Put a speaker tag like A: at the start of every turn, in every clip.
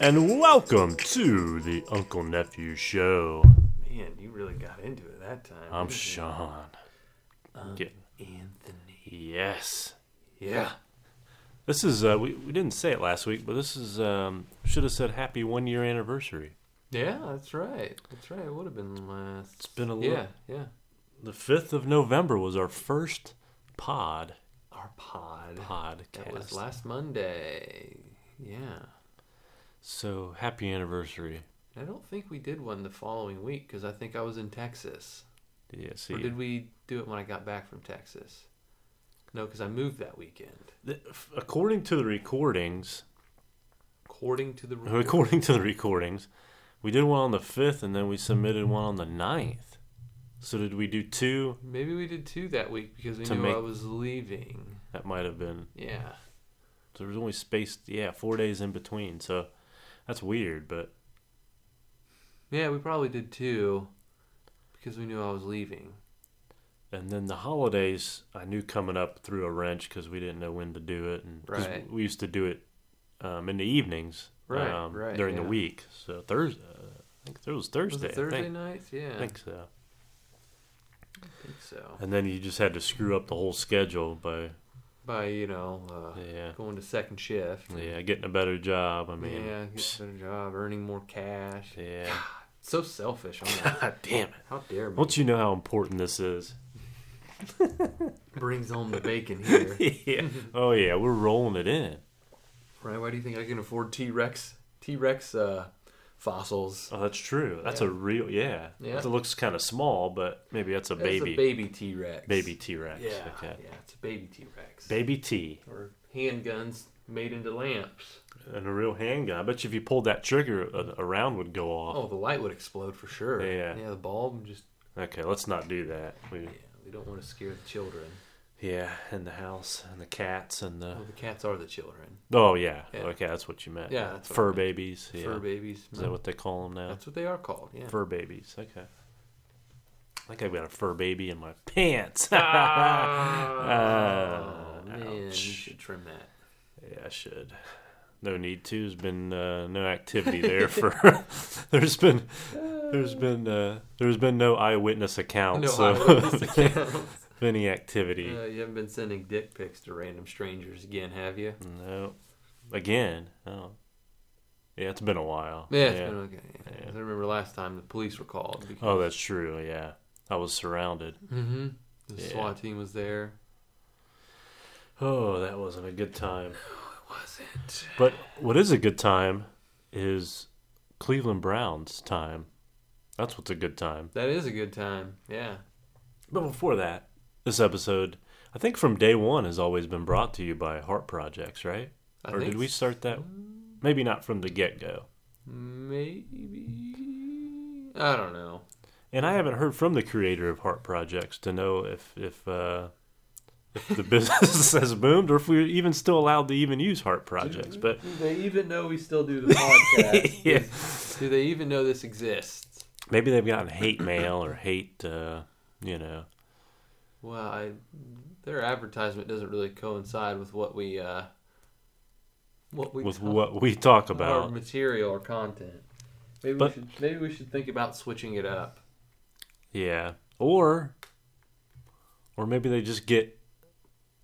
A: And welcome to the Uncle Nephew Show.
B: Man, you really got into it that time.
A: I'm
B: didn't you?
A: Sean.
B: Um,
A: Yeah.
B: Anthony.
A: Yes.
B: Yeah.
A: This is uh, we, we didn't say it last week, but this is um, should have said happy one year anniversary.
B: Yeah, that's right. That's right. It would have been last. It's
A: been a little-
B: Yeah, yeah.
A: The fifth of November was our first pod
B: Our pod. That was
A: podcast.
B: last Monday. Yeah.
A: so happy anniversary.
B: I don't think we did one the following week because I think I was in Texas.
A: Yeah, see,
B: Or did we do it when I got back from Texas? No, because I moved that weekend.
A: the- f- according to the recordings,
B: According to the rule.
A: according to the recordings, we did one on the fifth, and then we submitted one on the 9th. So did we do two?
B: Maybe we did two that week because we
A: To
B: knew
A: make-
B: I was leaving.
A: That might have been
B: Yeah.
A: So there was only spaced, yeah, four days in between. So that's weird, but
B: Yeah, we probably did two because we knew I was leaving.
A: and then the holidays I knew coming up threw a wrench because we didn't know when to do it, and 'cause
B: Right.
A: we used to do it um, in the evenings,
B: Right,
A: um,
B: right,
A: during
B: yeah.
A: the week. So Thursday, uh, I think it was Thursday.
B: was it Thursday
A: I think,
B: nights? Yeah,
A: I think so.
B: I think so.
A: And then you just had to screw up the whole schedule by
B: By you know, uh,
A: yeah,
B: going to second shift.
A: yeah, getting a better job. I mean,
B: yeah, get a better job, earning more cash.
A: yeah.
B: So selfish. I'm like,
A: God damn it!
B: how dare me?
A: Don't you know how important this is?
B: Brings home the bacon here,
A: yeah. Oh yeah, we're rolling it in.
B: right? Why do you think I can afford T Rex? T Rex uh, fossils.
A: Oh, that's true. That's
B: Yeah.
A: a real, yeah.
B: Yeah.
A: It looks kind of small, but maybe that's a
B: That's
A: baby.
B: a baby T Rex.
A: baby T Rex.
B: Yeah,
A: Okay.
B: yeah, it's a baby T Rex.
A: Baby T
B: or handguns made into lamps.
A: and a real handgun. I bet you if you pulled that trigger, a, a round would go off.
B: Oh, the light would explode for sure.
A: Yeah.
B: yeah, the bulb would just.
A: Okay, let's not do that. We,
B: Yeah, we don't want to scare the children.
A: yeah, and the house and the cats and the.
B: Well, the cats are the children.
A: Oh yeah.
B: Mm-hmm. Yeah.
A: Okay, that's what you meant.
B: Yeah, that's what I
A: fur
B: meant.
A: babies. Yeah.
B: Fur babies.
A: Is that what they call them now?
B: That's what they are called. Yeah.
A: Fur babies. Okay. I think I've got a fur baby in my pants.
B: Ah,
A: Ah,
B: Oh, man, you
A: ouch.
B: should trim that.
A: Yeah, I should. No need to. There's been uh, no activity there for. there's been, there's been, uh, there's been no eyewitness accounts
B: No
A: of,
B: eyewitness accounts.
A: of any activity.
B: Uh, you haven't been sending dick pics to random strangers again, have you?
A: no. Again. Oh. Yeah, it's been a while.
B: Yeah, it's been okay. yeah.
A: Yeah.
B: 'Cause I remember last time the police were called. Because,
A: Oh, that's true. Yeah, I was surrounded.
B: hmm The
A: Yeah.
B: SWAT team was there.
A: Oh, that wasn't a good time.
B: Was it?
A: But what is a good time is Cleveland Browns time. That's what's a good time.
B: That is a good time. Yeah.
A: But before that, this episode, I think from day one, has always been brought to you by Heart Projects, right?
B: I
A: or
B: think
A: did we
B: s- Mm.
A: start that? Maybe not from the get go.
B: Maybe. I don't know.
A: And I haven't heard from the creator of Heart Projects to know if if uh, if the business has boomed or if we're even still allowed to even use Heart Projects. But
B: Do they even know we still do the podcast?
A: Yeah.
B: Do they even know this exists?
A: maybe they've gotten hate mail or hate, uh, you know.
B: Well, I, their advertisement doesn't really coincide with what we uh, what we
A: with
B: talk-
A: what we talk
B: our
A: about.
B: material or content. Maybe
A: But-
B: we should maybe we should think about switching it up.
A: Yeah. Or or maybe they just get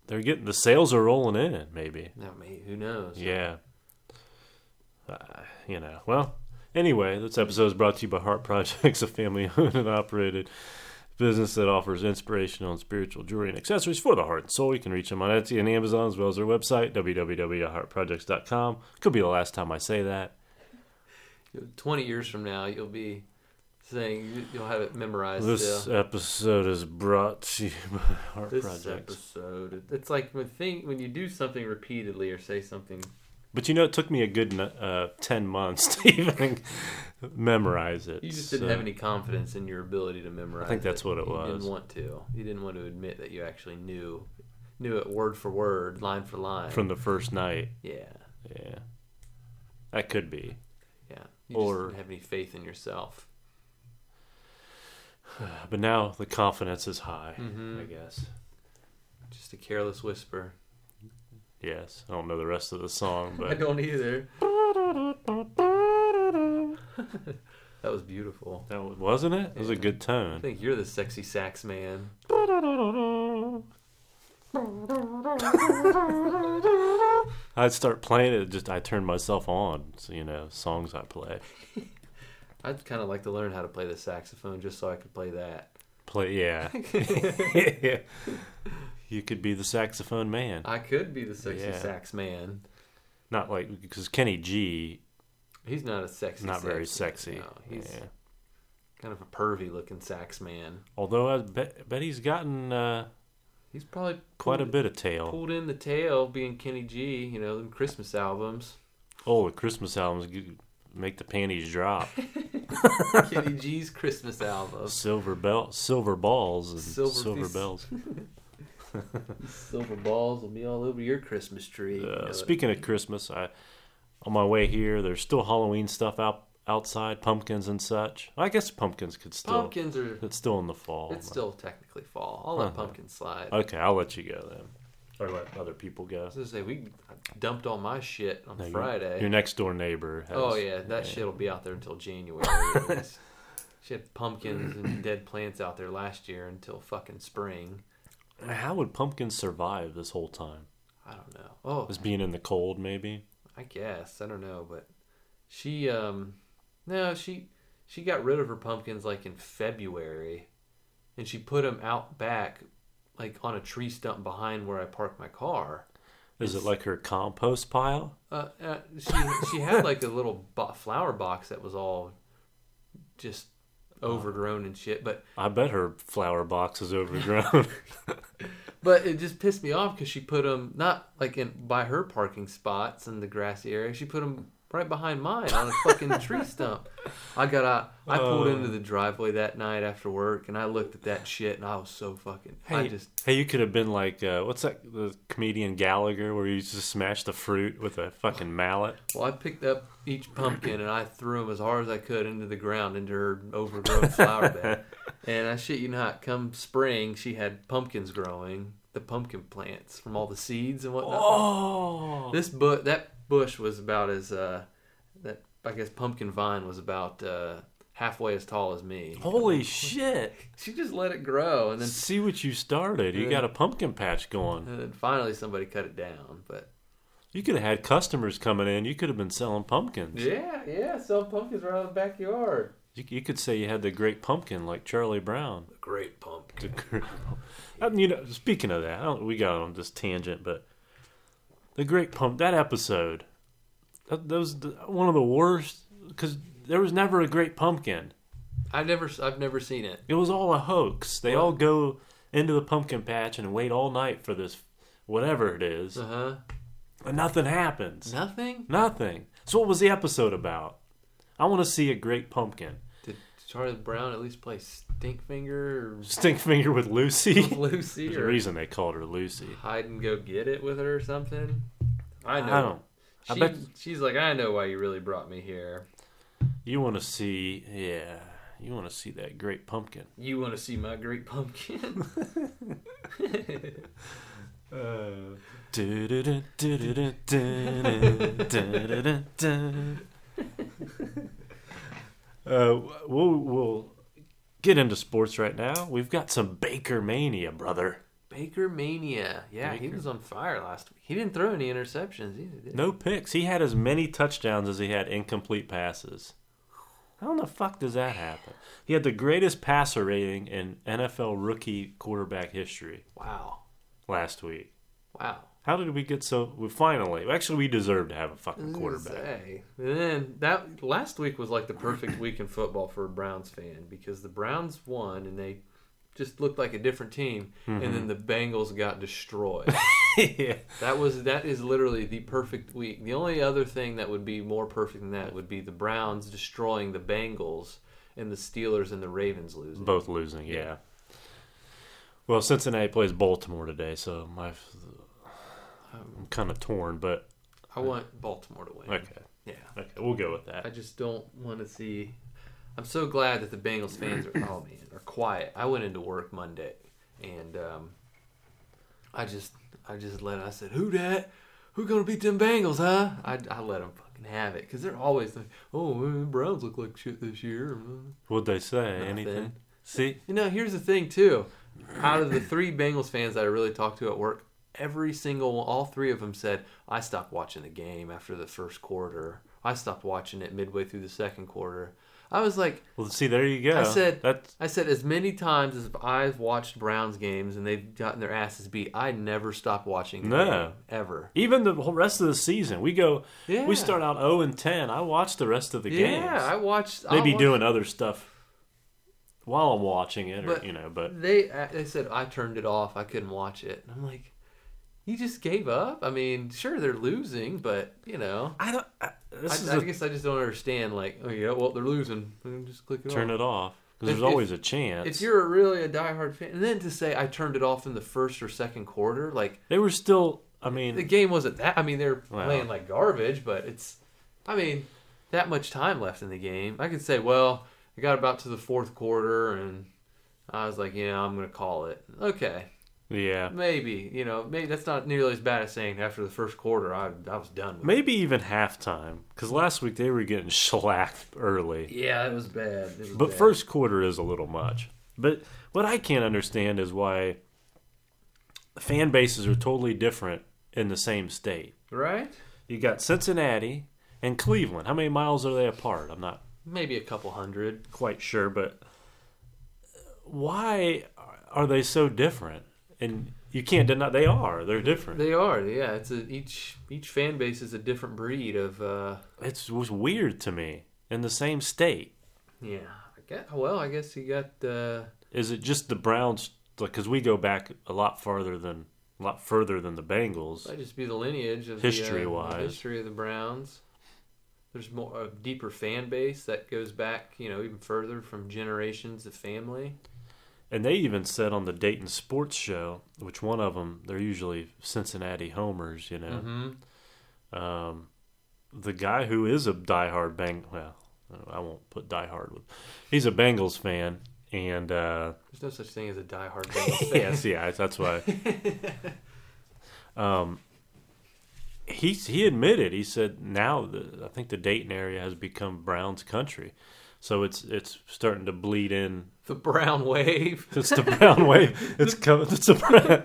A: they're getting the sales are rolling in, maybe.
B: No, maybe who knows?
A: Yeah. Uh, you know. Well, anyway, this episode is brought to you by Heart Projects, a family owned and operated business that offers inspirational and spiritual jewelry and accessories for the heart and soul. You can reach them on Etsy and Amazon as well as their website, www.heartprojects.com. Could be the last time I say that.
B: Twenty years from now, you'll be saying you'll have it memorized.
A: This
B: still.
A: episode is brought to you by Heart
B: This
A: Projects.
B: episode, it's like when thing when you do something repeatedly or say something.
A: But you know, it took me a good uh, ten months to even memorize it.
B: You just
A: so-
B: didn't have any confidence in your ability to memorize.
A: I think that's
B: it.
A: what it
B: You
A: was.
B: didn't want to. You didn't want to admit that you actually knew knew it word for word, line for line.
A: from the first night.
B: yeah,
A: Yeah, that could be.
B: yeah. You
A: Or-
B: just didn't have any faith in yourself.
A: But now the confidence is high,
B: Mhm.
A: I guess.
B: Just a careless whisper.
A: Yes. I don't know the rest of the song,
B: I
A: but
B: don't either. That was beautiful.
A: that wa- wasn't it? It was a
B: Yeah.
A: good
B: I
A: tone.
B: think you're the sexy sax man.
A: I'd start playing it. Just I turned myself on. So, you know, songs I play.
B: I'd kind of like to learn how to play the saxophone just so I could play that.
A: Play, yeah. you could be the saxophone man.
B: I could be the sexy
A: Yeah.
B: sax man.
A: Not like because Kenny G
B: He's not a sexy.
A: not very
B: sax
A: sexy.
B: man, No, he's
A: Yeah.
B: kind of a pervy looking sax man.
A: Although I bet, bet he's gotten uh,
B: He's probably
A: quite a
B: pulled-
A: bit of tail.
B: Pulled in the tail, being Kenny G. You know, them Christmas albums.
A: Oh, the Christmas albums g- make the panties drop.
B: Kenny G's Christmas albums.
A: silver bell, silver balls, and
B: Silver
A: silver,
B: piece-
A: bells. Uh,
B: Silver balls will be all over your Christmas tree. You know
A: Uh,
B: it.
A: speaking of Christmas, I on my way here, there's still Halloween stuff out outside, pumpkins and such. I guess pumpkins could still.
B: pumpkins are.
A: It's still in the fall.
B: It's still technically fall. I'll let
A: Uh-huh.
B: pumpkin slide.
A: Okay, I'll let you go then, or let other people go.
B: I was gonna say we I dumped all my shit on
A: No, your-
B: Friday.
A: Your next door neighbor. Has,
B: oh yeah, that
A: yeah.
B: shit'll be out there until January. anyways. she had pumpkins and dead plants out there last year until fucking spring.
A: How would pumpkins survive this whole time?
B: I don't know. Oh,
A: Just being in the cold, maybe.
B: I guess I don't know, but she um no she she got rid of her pumpkins like in February, and she put them out back like on a tree stump behind where I park my car.
A: Is it like her compost pile?
B: Uh, uh, she she had like a little bo- flower box that was all just overgrown and shit, but
A: I bet her flower box is overgrown.
B: but it just pissed me off because she put them not like in by her parking spots in the grassy area. She put them right behind mine on a fucking tree stump. I got out. I pulled into the driveway that night after work, and I looked at that shit, and I was so fucking. I
A: Hey.
B: just
A: Hey, you could have been like, uh, what's that? The comedian Gallagher, where he used to smash the fruit with a fucking mallet.
B: well, I picked up each pumpkin and I threw them as hard as I could into the ground into her overgrown flower bed. And I shit you not, come spring, she had pumpkins growing, the pumpkin plants from all the seeds and whatnot.
A: Oh,
B: This bu- that bush was about as uh, that I guess pumpkin vine was about uh, halfway as tall as me.
A: holy shit!
B: She just let it grow, and then
A: See what you started. You got a pumpkin patch going.
B: and then finally somebody cut it down. But
A: You could have had customers coming in. You could have been selling pumpkins.
B: yeah, yeah, sell pumpkins right out of the backyard.
A: You, you could say you had the great pumpkin, like Charlie Brown.
B: Great pumpkin.
A: I mean, you know, speaking of that, I don't, we got on this tangent, but the Great Pump that episode, that, that was the, one of the worst because there was never a Great Pumpkin.
B: I never, I've never seen it.
A: It was all a hoax. They all go into the pumpkin patch and wait all night for this, whatever it is,
B: Uh huh.
A: and nothing happens.
B: Nothing.
A: Nothing. So what was the episode about? I want to see a Great Pumpkin.
B: Did Charlie Brown at least play Stinkfinger or
A: Stinkfinger with Lucy.
B: Lucy
A: There's a
B: or
A: reason they called her Lucy.
B: hide and go get it with her or something? I know.
A: I don't. I
B: She,
A: bet-
B: she's like, I know why you really brought me here.
A: You want to see, yeah, you want to see that great pumpkin.
B: You want to see my great pumpkin?
A: Uh. Du-du-dun, du-du-dun, du-dun, du-du-dun, dun. Uh, we'll, we'll get into sports right now. We've got some Baker mania, brother.
B: Baker Mania. Yeah, he
A: Baker.
B: was on fire last week. He didn't throw any interceptions either, did he?
A: No picks. He had as many touchdowns as he had incomplete passes. How in the fuck does that happen? He had the greatest passer rating in NFL rookie quarterback history
B: Wow.
A: last week.
B: Wow.
A: How did we get so? We finally, actually, we deserve to have a
B: I was
A: fucking
B: gonna
A: quarterback.
B: say. And then that last week was like the perfect week in football for a Browns fan because the Browns won and they just looked like a different team, and then the Bengals got destroyed.
A: yeah.
B: That was that is literally the perfect week. The only other thing that would be more perfect than that would be the Browns destroying the Bengals and the Steelers and the Ravens losing.
A: Both losing, yeah. Well, Cincinnati plays Baltimore today, so my, I'm kind of torn, but
B: I want Baltimore to win.
A: okay,
B: Yeah.
A: okay, we'll go with
B: I
A: that.
B: just don't want to see I'm so glad that the Bengals fans are oh man are quiet. I went into work Monday and um, I just I just let I said who dat who gonna beat them Bengals huh? I, I let them fucking have it because they're always like oh the Browns look like shit this year.
A: What'd they say?
B: Nothing.
A: Anything? See?
B: You know here's the thing too. Out of the three Bengals fans that I really talked to at work, every single all three of them said I stopped watching the game after the first quarter. I stopped watching it midway through the second quarter. I was like.
A: Well, see, there you go.
B: I said-
A: that's
B: I said as many times as I've watched Browns games and they've gotten their asses beat, I never stop watching. the
A: No.
B: game, ever.
A: even the whole rest of the season. We go.
B: Yeah.
A: We start out zero and ten. I watch the rest of the
B: yeah,
A: games.
B: I watched. I
A: Maybe
B: watched-
A: doing other stuff while I'm watching it, or
B: But-
A: you know. But
B: They uh, they said I turned it off. I couldn't watch it. And I'm like, you just gave up. I mean, sure they're losing, but you know,
A: I don't. I,
B: I,
A: this is
B: I
A: a-
B: guess I just don't understand. Like, oh yeah, well they're losing. Then Just click it
A: turn
B: off.
A: it off because
B: If-
A: there's
B: if-
A: always a chance.
B: If you're really a diehard fan, and then to say I turned it off in the first or second quarter, like
A: they were still. I
B: the
A: mean,
B: game wasn't that. I mean, they were
A: Wow.
B: playing like garbage, but it's. I mean, that much time left in the game. I could say, well, I got about to the fourth quarter, and I was like, yeah, I'm gonna call it. Okay,
A: yeah.
B: maybe you know, maybe that's not nearly as bad as saying after the first quarter, I I was done. With
A: Maybe even halftime because last week they were getting shellacked early.
B: it. Yeah, it was bad. It was
A: But
B: bad.
A: first quarter is a little much. But what I can't understand is why fan bases are totally different in the same state.
B: right?
A: You got Cincinnati and Cleveland. How many miles are they apart? I'm not
B: Maybe a couple hundred.
A: quite sure, but why are they so different? And you can't deny they are. They're different.
B: They are, yeah. It's a, each each fan base is a different breed of. uh
A: It's was weird to me. In the same state,
B: Yeah, I guess, well, I guess you got. uh
A: is it just the Browns? Because we go back a lot farther than a lot further than the Bengals.
B: Might just be the lineage of the, uh,
A: History-wise.
B: the history of the Browns. There's more a deeper fan base that goes back, you know, even further from generations of family.
A: And they even said on the Dayton Sports Show, which one of them, they're usually Cincinnati homers, you know.
B: Mm-hmm.
A: Um, the guy who is a diehard Bang, well, I won't put diehard with. He's a Bengals fan, and uh,
B: There's no such thing as a diehard Bengals fan.
A: yes, yeah, that's why. um, he he admitted he said now the, I think the Dayton area has become Browns country, so it's it's starting to bleed in
B: The Brown Wave.
A: It's the brown wave. It's coming. It's the brown.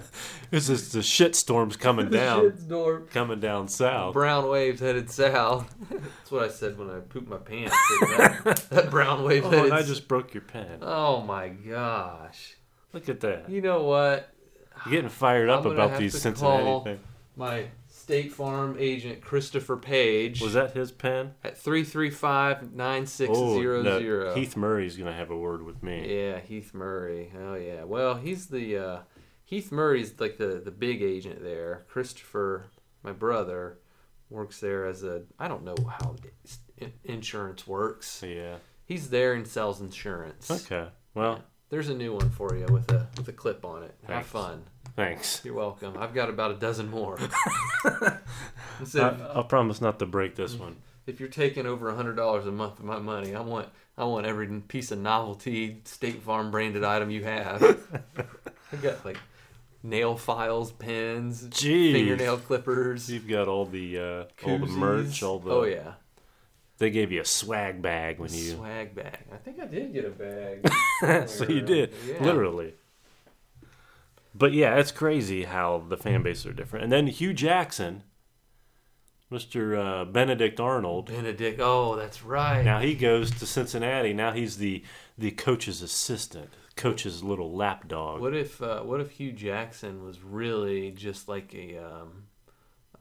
A: It's just the shit storms coming down, Oh.
B: Shitstorm.
A: coming down south.
B: Brown waves headed south. That's what I said when I pooped my pants. That, that brown wave
A: Oh,
B: headed.
A: and I just broke your pen.
B: oh my gosh!
A: Look at that.
B: You know what?
A: You're getting fired
B: I'm
A: up
B: gonna
A: about
B: have
A: these
B: to
A: Cincinnati
B: call-
A: things.
B: My State Farm agent Christopher Page
A: Was that his pen?
B: at three three five nine six
A: Oh,
B: zero
A: no.
B: zero.
A: Heath Murray's gonna have a word with me.
B: Yeah, Heath Murray. Oh yeah. Well, he's the uh, Heath Murray's like the the big agent there. Christopher, my brother, works there as a I don't know how in- insurance works.
A: Yeah.
B: He's there and sells insurance.
A: Okay. Well,
B: There's a new one for you with a with a clip on it. Have
A: Thanks.
B: fun.
A: thanks.
B: You're welcome. I've got about a dozen more. That's
A: I,
B: it.
A: I'll promise not to break this one.
B: if you're taking over hundred dollars a month of my money, I want I want every piece of novelty State Farm branded item you have. I got like nail files, pens,
A: Jeez.
B: fingernail clippers.
A: You've got all the uh, all the merch,
B: koozies.
A: all the.
B: oh yeah,
A: They gave you a swag bag when you.
B: swag bag. I think I did get a bag.
A: so you did
B: Yeah.
A: literally but yeah it's crazy how the fan bases are different and then hugh jackson mr uh, benedict arnold
B: Benedict. Oh, that's right.
A: now he goes to cincinnati now he's the the coach's assistant coach's little lapdog
B: What if uh, what if Hugh Jackson was really just like a um,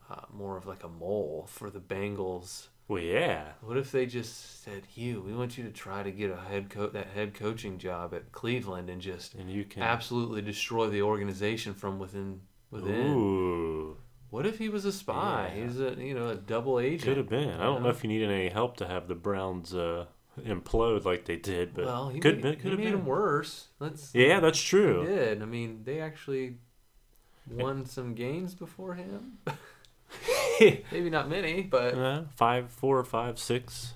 B: uh, more of like a mole for the Bengals?
A: well yeah
B: What if they just said, Hugh, we want you to try to get a head coach that head coaching job at Cleveland and just
A: and you can
B: absolutely destroy the organization from within within.
A: ooh
B: What if he was a spy?
A: Yeah.
B: He's a you know a double agent.
A: could have been i don't know if you needed any help to have the browns uh implode like they did but
B: well, he
A: could
B: made,
A: have been could
B: he
A: have
B: made
A: been
B: him worse. Let's
A: yeah that's
B: he
A: true
B: did. I mean, they actually won some games before him. Maybe not many, but
A: Uh, five, four, five, six.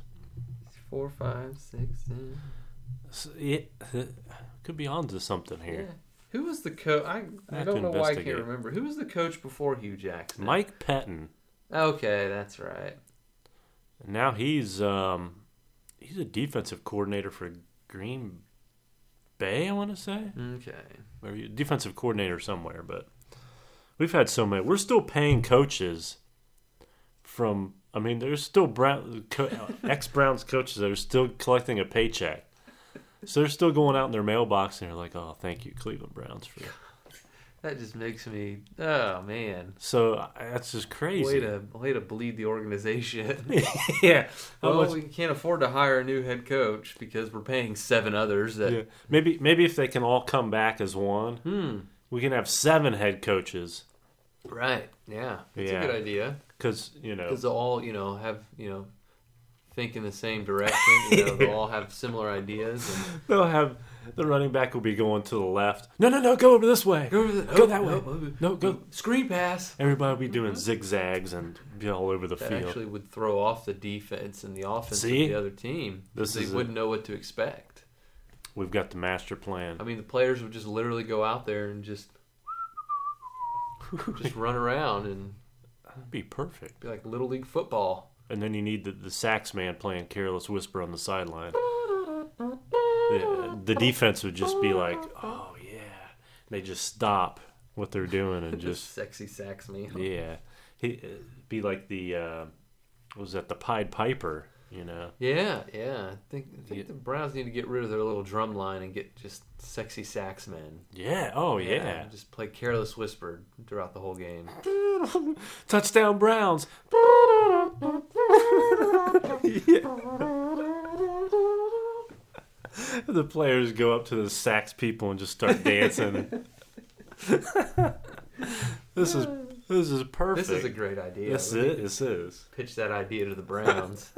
B: four, five, six, seven.
A: S- It could be onto something here.
B: Yeah. Who was the coach? I, I
A: have
B: don't
A: to
B: know why I can't
A: investigate.
B: remember. Who was the coach before Hugh Jackson?
A: Mike Patton.
B: Okay, that's right.
A: Now he's um, he's a defensive coordinator for Green Bay. I want to say,
B: Okay.
A: or he- defensive coordinator somewhere. But we've had so many. We're still paying coaches from. I mean, there's still Brown, co- ex Browns coaches that are still collecting a paycheck. So they're still going out in their mailbox and they're like, "Oh, thank you, Cleveland Browns." For
B: That just makes me. Oh man.
A: so I- that's just crazy.
B: Way to way to bleed the organization.
A: yeah. How
B: well,
A: much-
B: we can't afford to hire a new head coach because we're paying seven others. That
A: yeah. Maybe maybe if they can all come back as one,
B: hmm.
A: we can have seven head coaches
B: Right. Yeah. That's
A: Yeah.
B: a good idea.
A: because you know
B: Because they'll all, you know, have, you know, think in the same direction. You know, they'll all have similar ideas. And
A: they'll have the running back will be going to the left. No, no, no, go over this way.
B: go, over the-
A: Go
B: oh,
A: that way.
B: oh,
A: No,
B: oh,
A: go.
B: Screen pass.
A: Everybody will be doing zigzags and be all over the
B: That
A: field.
B: actually would throw off the defense and the offense
A: See?
B: of the other team.
A: This
B: they
A: is it.
B: wouldn't know what to expect.
A: We've got the master plan.
B: I mean, the players would just literally go out there and just just run around and
A: That'd be perfect.
B: be like little league football.
A: And then you need the, the sax man playing "Careless Whisper" on the sideline. The, the defense would just be like, "Oh yeah," they just stop what they're doing and
B: Just
A: just
B: sexy sax me.
A: Yeah, he uh, be like the uh, what was that the Pied Piper? You know,
B: Yeah, yeah. I think, I think
A: Yeah.
B: the Browns need to get rid of their little drum line and get just sexy sax men.
A: yeah, oh yeah,
B: Just play Careless Whisper throughout the whole game.
A: touchdown Browns. Yeah. The players go up to the sax people and just start dancing. this is this is perfect.
B: This is a great idea.
A: This
B: We
A: is this is.
B: Pitch that idea to the Browns.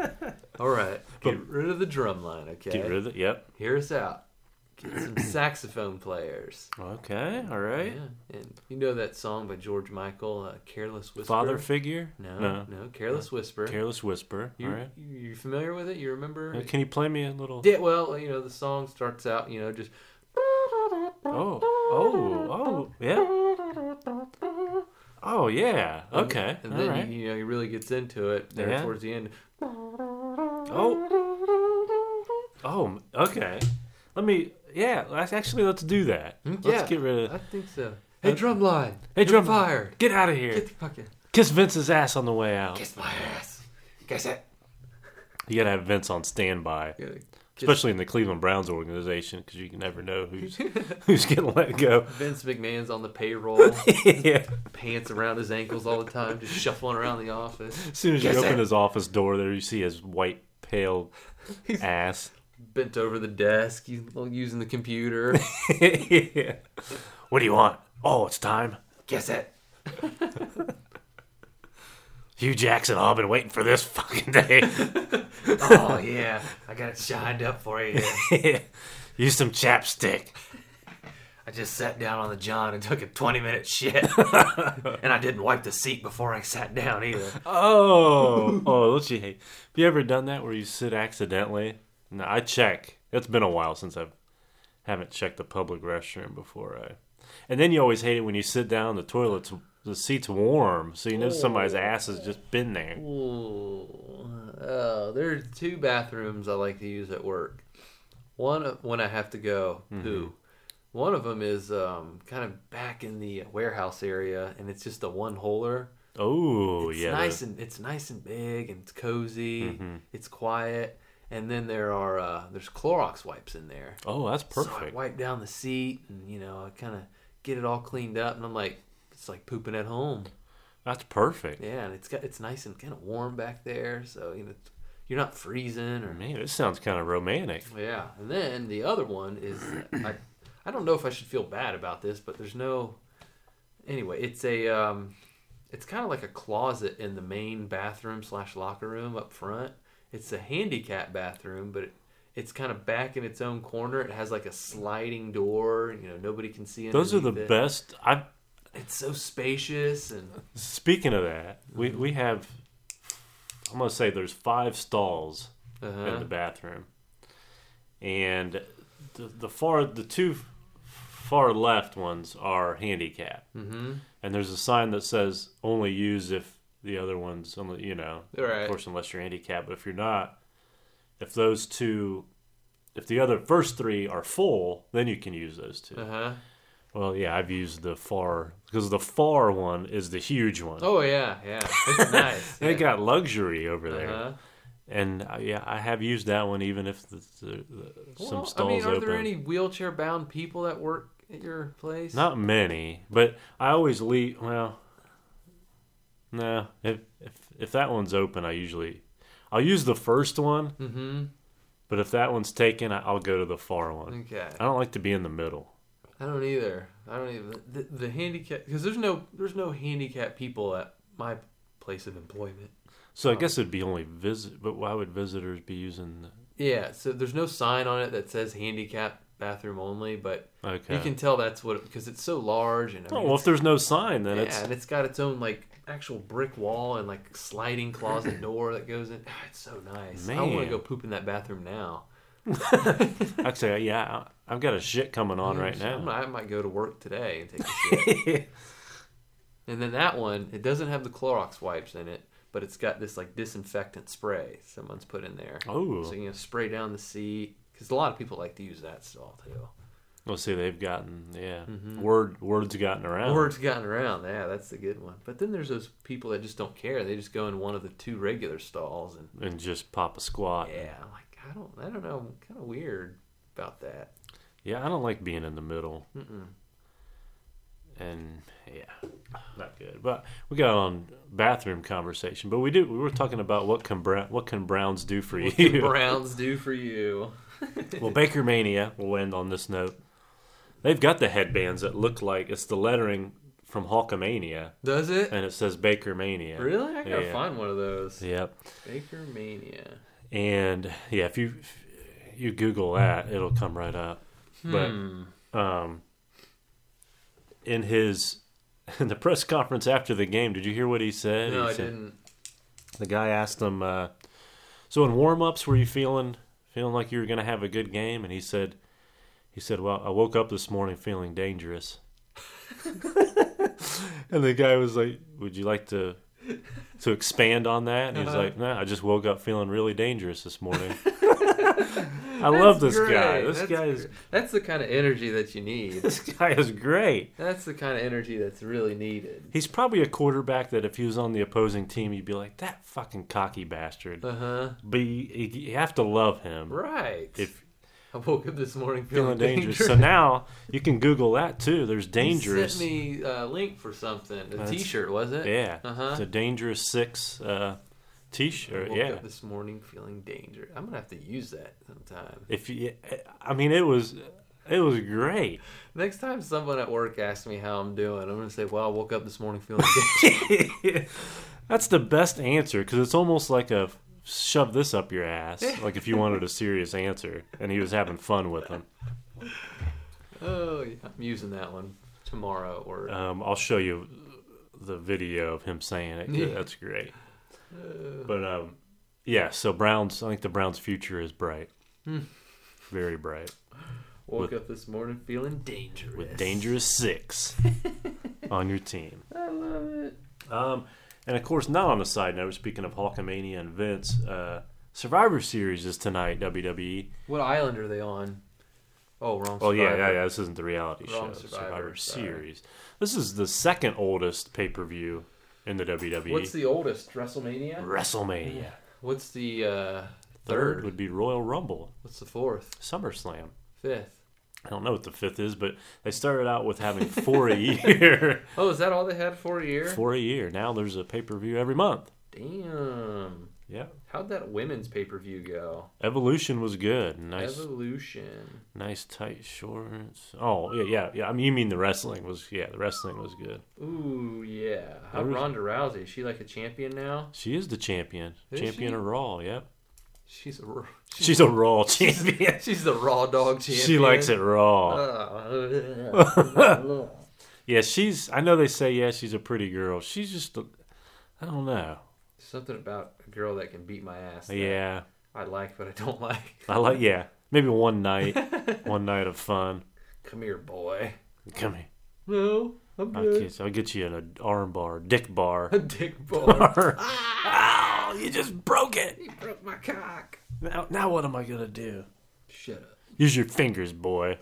B: All right. Get rid of the drum line, okay?
A: Get rid of it. Yep.
B: Hear us out. Get some saxophone players.
A: Okay. All right.
B: Yeah. And you know that song by George Michael, uh, Careless Whisper?
A: Father figure.
B: No, no, Careless Whisper.
A: Careless Whisper.
B: you,
A: All right.
B: you, you familiar with it? You remember?
A: Uh, Can you play me a little?
B: Yeah, well, you know, the song starts out, you know, just
A: Oh, oh, oh, yeah. Oh, yeah. Okay.
B: And
A: All
B: then
A: right.
B: you, you know he really gets into it there
A: Yeah.
B: towards the end.
A: Oh. Oh, okay. Let me. Yeah. Let's actually let's do that. Let's
B: Mm, yeah.
A: get rid
B: I
A: of.
B: think so. Hey drumline.
A: Uh, Hey,
B: you're
A: Drumline.
B: fired.
A: Get out of here.
B: Get the fucking
A: Kiss Vince's ass on the way out.
B: kiss my ass. Kiss it.
A: You gotta have Vince on standby,
B: Gotta kiss-
A: especially in the Cleveland Browns organization, because you can never know who's who's gonna let go.
B: Vince McMahon's on the payroll,
A: yeah.
B: pants around his ankles all the time, just shuffling around the office.
A: As soon as you
B: Kiss
A: open
B: it.
A: his office door, there you see his white, pale
B: He's-
A: ass.
B: Bent over the desk, he's using the computer.
A: What do you want? Oh, it's time.
B: kiss it.
A: Hugh Jackson, oh, I've been waiting for this fucking day.
B: Oh yeah, I got it shined up for you.
A: Use some chapstick.
B: I just sat down on the john and took a 20 minute shit. and I didn't wipe the seat before I sat down either.
A: Oh, oh, don't you hate? Have you ever done that where you sit accidentally? No, I check. It's been a while since I've haven't checked the public restroom before I. And then you always hate it when you sit down. The toilet's the seat's warm, so you know somebody's ass has just been there.
B: Ooh. Oh, there are two bathrooms I like to use at work. One of- when I have to go
A: Mm-hmm.
B: poo. One of them is um, kind of back in the warehouse area, and it's just a one holer.
A: Oh,
B: It's
A: yeah. Mm-hmm.
B: nice and it's nice and big, and it's cozy. It's quiet. And then there are uh, there's Clorox wipes in there.
A: Oh, that's
B: So I
A: perfect.
B: wipe down the seat, and you know I kind of get it all cleaned up, and I'm like, it's like pooping at home.
A: That's perfect.
B: Yeah, and it's got it's nice and kind of warm back there, so you know it's- you're not freezing or
A: Man, this sounds kind of romantic.
B: yeah. And then the other one is I I don't know if I should feel bad about this, but there's no anyway. It's a um, it's kind of like a closet in the main bathroom slash locker room up front. It's a handicap bathroom, but it, it's kind of back in its own corner. It has like a sliding door. You know, nobody can see.
A: Those are the
B: underneath it.
A: best. I
B: It's so spacious and
A: speaking of that, we we have. I'm gonna say there's five stalls in
B: Uh-huh.
A: the bathroom, and the, the far the two far left ones are handicap,
B: Mm-hmm.
A: and there's a sign that says only use if the other ones only you know of
B: Right.
A: course unless you're handicapped. But if you're not, if those two, if the other first three are full, then you can use those two.
B: Uh huh.
A: Well, yeah, I've used the far because the far one is the huge one.
B: Oh yeah, yeah. It's nice.
A: They
B: yeah.
A: got luxury over there,
B: Uh-huh.
A: and uh, yeah, I have used that one even if the, the, the, some
B: Well,
A: stalls
B: I mean, are
A: open.
B: there any wheelchair bound people that work at your place?
A: Not many, but I always leave. Well, no, if if if that one's open, I usually I'll use the first one,
B: Mm-hmm.
A: but if that one's taken, I- I'll go to the far one.
B: Okay.
A: I don't like to be in the middle.
B: I don't either. I don't even the, the handicap because there's no there's no handicap people at my place of employment.
A: So I
B: Oh.
A: guess it'd be only visit, but why would visitors be using? The,
B: Yeah, so there's no sign on it that says handicap bathroom only, but
A: okay.
B: you can tell that's what because it's so large and I
A: oh,
B: mean,
A: well, if there's no sign, then
B: yeah,
A: it's
B: and it's got its own like actual brick wall and like sliding closet door that goes in. Ah, It's so nice. I want
A: Man.
B: to go poop in that bathroom now.
A: actually yeah. I- I've got a shit coming on right
B: I'm
A: now.
B: not- I might go to work today and take a shit. and then that one, it doesn't have the Clorox wipes in it, but it's got this like disinfectant spray someone's put in there.
A: oh,
B: So you can spray down the seat because a lot of people like to use that still too.
A: let's see. They've gotten yeah.
B: Mm-hmm.
A: Word word's gotten around.
B: Word's gotten around. Yeah, that's the good one. But then there's those people that just don't care. They just go in one of the two regular stalls and
A: and just pop a squat.
B: yeah, I'm like I don't, I don't know, kind of weird about that.
A: Yeah, I don't like being in the middle.
B: Mm-mm. Ah.
A: And yeah, not good. But we got on bathroom conversation. But we did. We were talking about what can Brown, what can Browns do for
B: What
A: you?
B: the Browns do for you?
A: well, Baker Mania will end on this note. They've got the headbands that look like it's the lettering from Hawkamania,
B: Does it
A: and it says Baker Mania.
B: really? I gotta
A: Yeah.
B: find one of those.
A: Yep.
B: Baker Mania.
A: And yeah, if you if you Google that, it'll come right up. But
B: Hmm.
A: um, in his in the press conference after the game. Did you hear what he said?
B: no,
A: He
B: I
A: said-
B: didn't.
A: The guy asked him, uh, "So in warm ups, were you feeling feeling like you were going to have a good game?" And he said, "He said, well, I woke up this morning feeling dangerous." and the guy was like, "Would you like to?" To expand on that, and he was
B: Uh-huh.
A: like, "Nah, I just woke up feeling really dangerous this morning." I love
B: That's
A: this guy.
B: great.
A: This
B: That's
A: guy is
B: gr- That's the kind of energy that you need.
A: this guy is great.
B: That's the kind of energy that's really needed.
A: He's probably a quarterback that if he was on the opposing team, you'd be like, that fucking cocky bastard.
B: Uh huh.
A: But you, you have to love him
B: Right.
A: Um, if
B: I woke up this morning
A: feeling dangerous. So now you can Google that too. There's dangerous.
B: You sent me a link for something. A
A: That's-
B: shirt was it?
A: Yeah,
B: Uh-huh.
A: it's a dangerous six uh,
B: I
A: t-shirt.
B: woke
A: Yeah.
B: up this morning feeling danger. I'm gonna have to use that sometime.
A: If you, I mean, it was it was great.
B: Next time someone at work asks me how I'm doing, I'm gonna say, "Well, I woke up this morning feeling danger."
A: That's the best answer because it's almost like a shove this up your ass. Like if you wanted a serious answer, and he was having fun with him.
B: oh, yeah. I'm using that one tomorrow or
A: Um, I'll show you the video of him saying it. 'cause
B: Yeah.
A: That's great.
B: uh,
A: But um, yeah, so Browns. I think the Browns' future is bright,
B: Hmm.
A: very bright,
B: woke up this morning feeling dangerous.
A: with dangerous six on your team.
B: I love it.
A: Um, and of course, not on a side note. Speaking of Hawkmania and Vince, uh, Survivor Series is tonight. WWE.
B: What island are they on? Oh, wrong.
A: Oh yeah,
B: Survivor.
A: yeah, yeah. This isn't the reality show.
B: Wrong
A: Survivor,
B: Survivor, sorry.
A: Series. This is the second oldest pay per view in the WWE.
B: What's the oldest? WrestleMania.
A: WrestleMania?
B: What's the uh,
A: Third
B: third?
A: would be Royal Rumble.
B: What's the fourth?
A: SummerSlam.
B: Fifth.
A: I don't know what the fifth is, but they started out with having four a year.
B: Oh, is that all they had for a year?
A: four a year. Now there's a pay per view every month.
B: Damn.
A: Yeah.
B: How'd that women's pay per view go?
A: Evolution was good. Nice,
B: Evolution.
A: nice tight shorts. Oh yeah, yeah, yeah. I mean, you mean the wrestling was? Yeah, the wrestling was good.
B: Ooh, yeah. How
A: There was-
B: Ronda Rousey? Is she like a champion now?
A: She is the champion.
B: Is
A: champion
B: she?
A: of Raw. Yep.
B: She's a r- she's,
A: She's a Raw champion.
B: she's the raw dog champion. Uh,
A: She likes it raw.
B: Oh.
A: Yeah, she's. I know they say yeah, she's a pretty girl. She's just. A, I don't know.
B: Something about a girl that can beat my ass. though.
A: Yeah,
B: I like, but I don't like.
A: I like, yeah, maybe one night, one night of fun.
B: Come here, boy.
A: Come here,
B: No, I'm
A: I'll,
B: good.
A: get you- I'll get you in an arm bar, dick bar.
B: A dick boy.
A: Ow! You just broke it.
B: he broke my cock.
A: Now, now what am I gonna do?
B: Shut up.
A: Use your fingers, boy.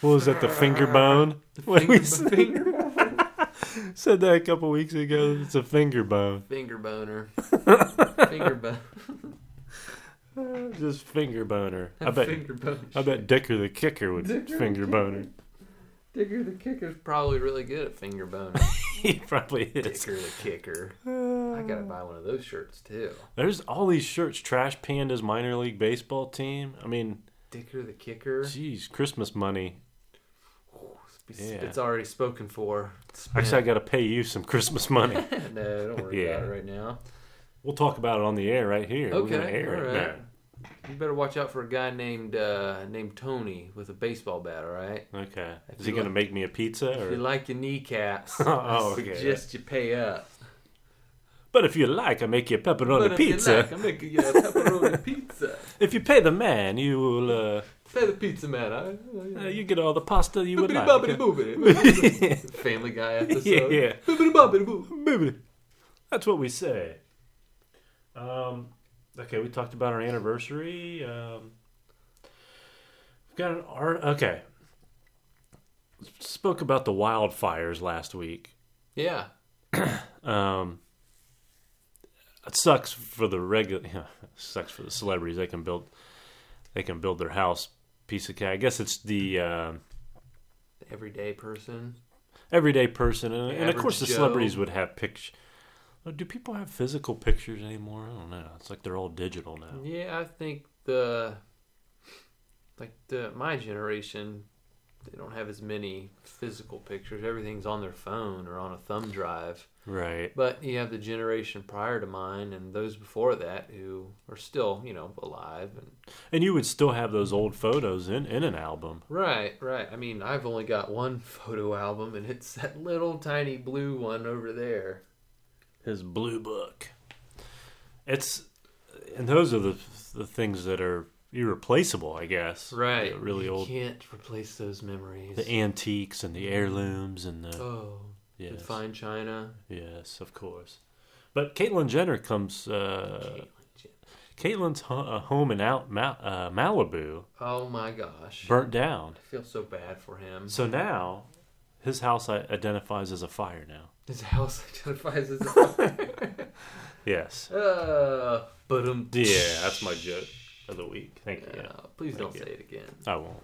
A: What was that? The finger bone? What did we
B: Finger-
A: say? said that a couple weeks ago? It's a finger bone.
B: Finger boner. Finger boner.
A: Just finger boner. I bet.
B: Uh, Finger boner.
A: I bet Dicker the kicker would
B: Dicker the
A: finger
B: Kicker.
A: boner.
B: Dicker the Kicker's probably really good at finger boner.
A: he probably is.
B: Dicker the Kicker. I gotta buy one of those shirts too.
A: There's all these shirts. Trash Panda's minor league baseball team. I mean,
B: Dicker the Kicker.
A: geez, Christmas money.
B: It's,
A: Yeah.
B: it's already spoken for.
A: Actually, I got to pay you some Christmas money.
B: no, don't worry
A: Yeah.
B: about it right now.
A: we'll talk about it on the air right here. We're
B: Okay,
A: gonna air
B: all
A: it
B: right.
A: now.
B: You better watch out for a guy named uh, named Tony with a baseball bat. All right.
A: Okay.
B: If
A: Is he
B: you
A: gonna
B: like-
A: make me a pizza?
B: If you
A: Or...
B: like your kneecaps,
A: Oh, okay.
B: I suggest you pay up.
A: But if you like, I make you a pepperoni
B: But if you
A: pizza.
B: like, I'm making you a pepperoni pizza.
A: If you pay the man, you will. Uh,
B: Pay the pizza man. I,
A: uh, you get all the pasta you would
B: boobity
A: like.
B: bobbity boobity. Family Guy
A: yeah,
B: episode.
A: yeah.
B: Boobity bobbity boo.
A: Boobity. That's what we say. Um, okay, we talked about our anniversary. Um, we've got an art. Okay. Spoke about the wildfires last week.
B: Yeah.
A: Um, it sucks for the regular. sucks for the celebrities. They can build. They can build their house piece of cake. I guess it's the. Um,
B: Everyday person.
A: everyday person, and,
B: The
A: and of course the
B: average Joe.
A: celebrities would have pictures. Do people have physical pictures anymore? I don't know. It's like they're all digital now.
B: Yeah, I think the like the my generation they don't have as many physical pictures. Everything's on their phone or on a thumb drive.
A: Right.
B: But you have the generation prior to mine and those before that who are still, you know, alive and
A: And you would still have those old photos in, in an album.
B: Right, right. I mean, I've only got one photo album and it's that little tiny blue one over there.
A: His blue book. It's and those are the the things that are irreplaceable, I guess.
B: Right.
A: The really
B: you
A: old
B: can't replace those memories.
A: the antiques and the heirlooms and the
B: oh,
A: yes.
B: and fine china.
A: Yes, of course. But Caitlyn Jenner comes uh
B: Caitlyn Jenner.
A: Caitlyn's ho- uh, home in out Mal- uh, Malibu
B: Oh my gosh.
A: burnt down.
B: I feel so bad for him.
A: So now his house i- identifies as a fire now.
B: His house identifies as a
A: Yes.
B: uh, But um,
A: Yeah, that's my joke of the week. Thank you.
B: yeah, please don't
A: Thank
B: say it again.
A: I won't.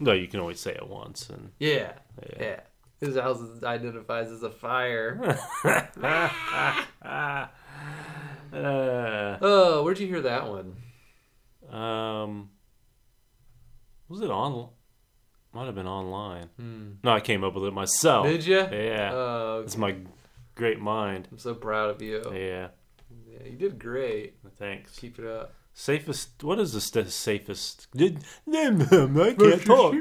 A: No, you can always say it once. And
B: Yeah,
A: yeah.
B: yeah. His house is- identifies as a fire.
A: Uh,
B: Oh, where'd you hear that one?
A: um, was it on? Might have been online.
B: Hmm.
A: No, I came up with it myself.
B: Did you?
A: Yeah,
B: Oh,
A: it's my great mind.
B: I'm so proud of you.
A: Yeah,
B: Yeah, you did great.
A: thanks.
B: Keep it up.
A: Safest. What is the st- safest? Did I can't talk.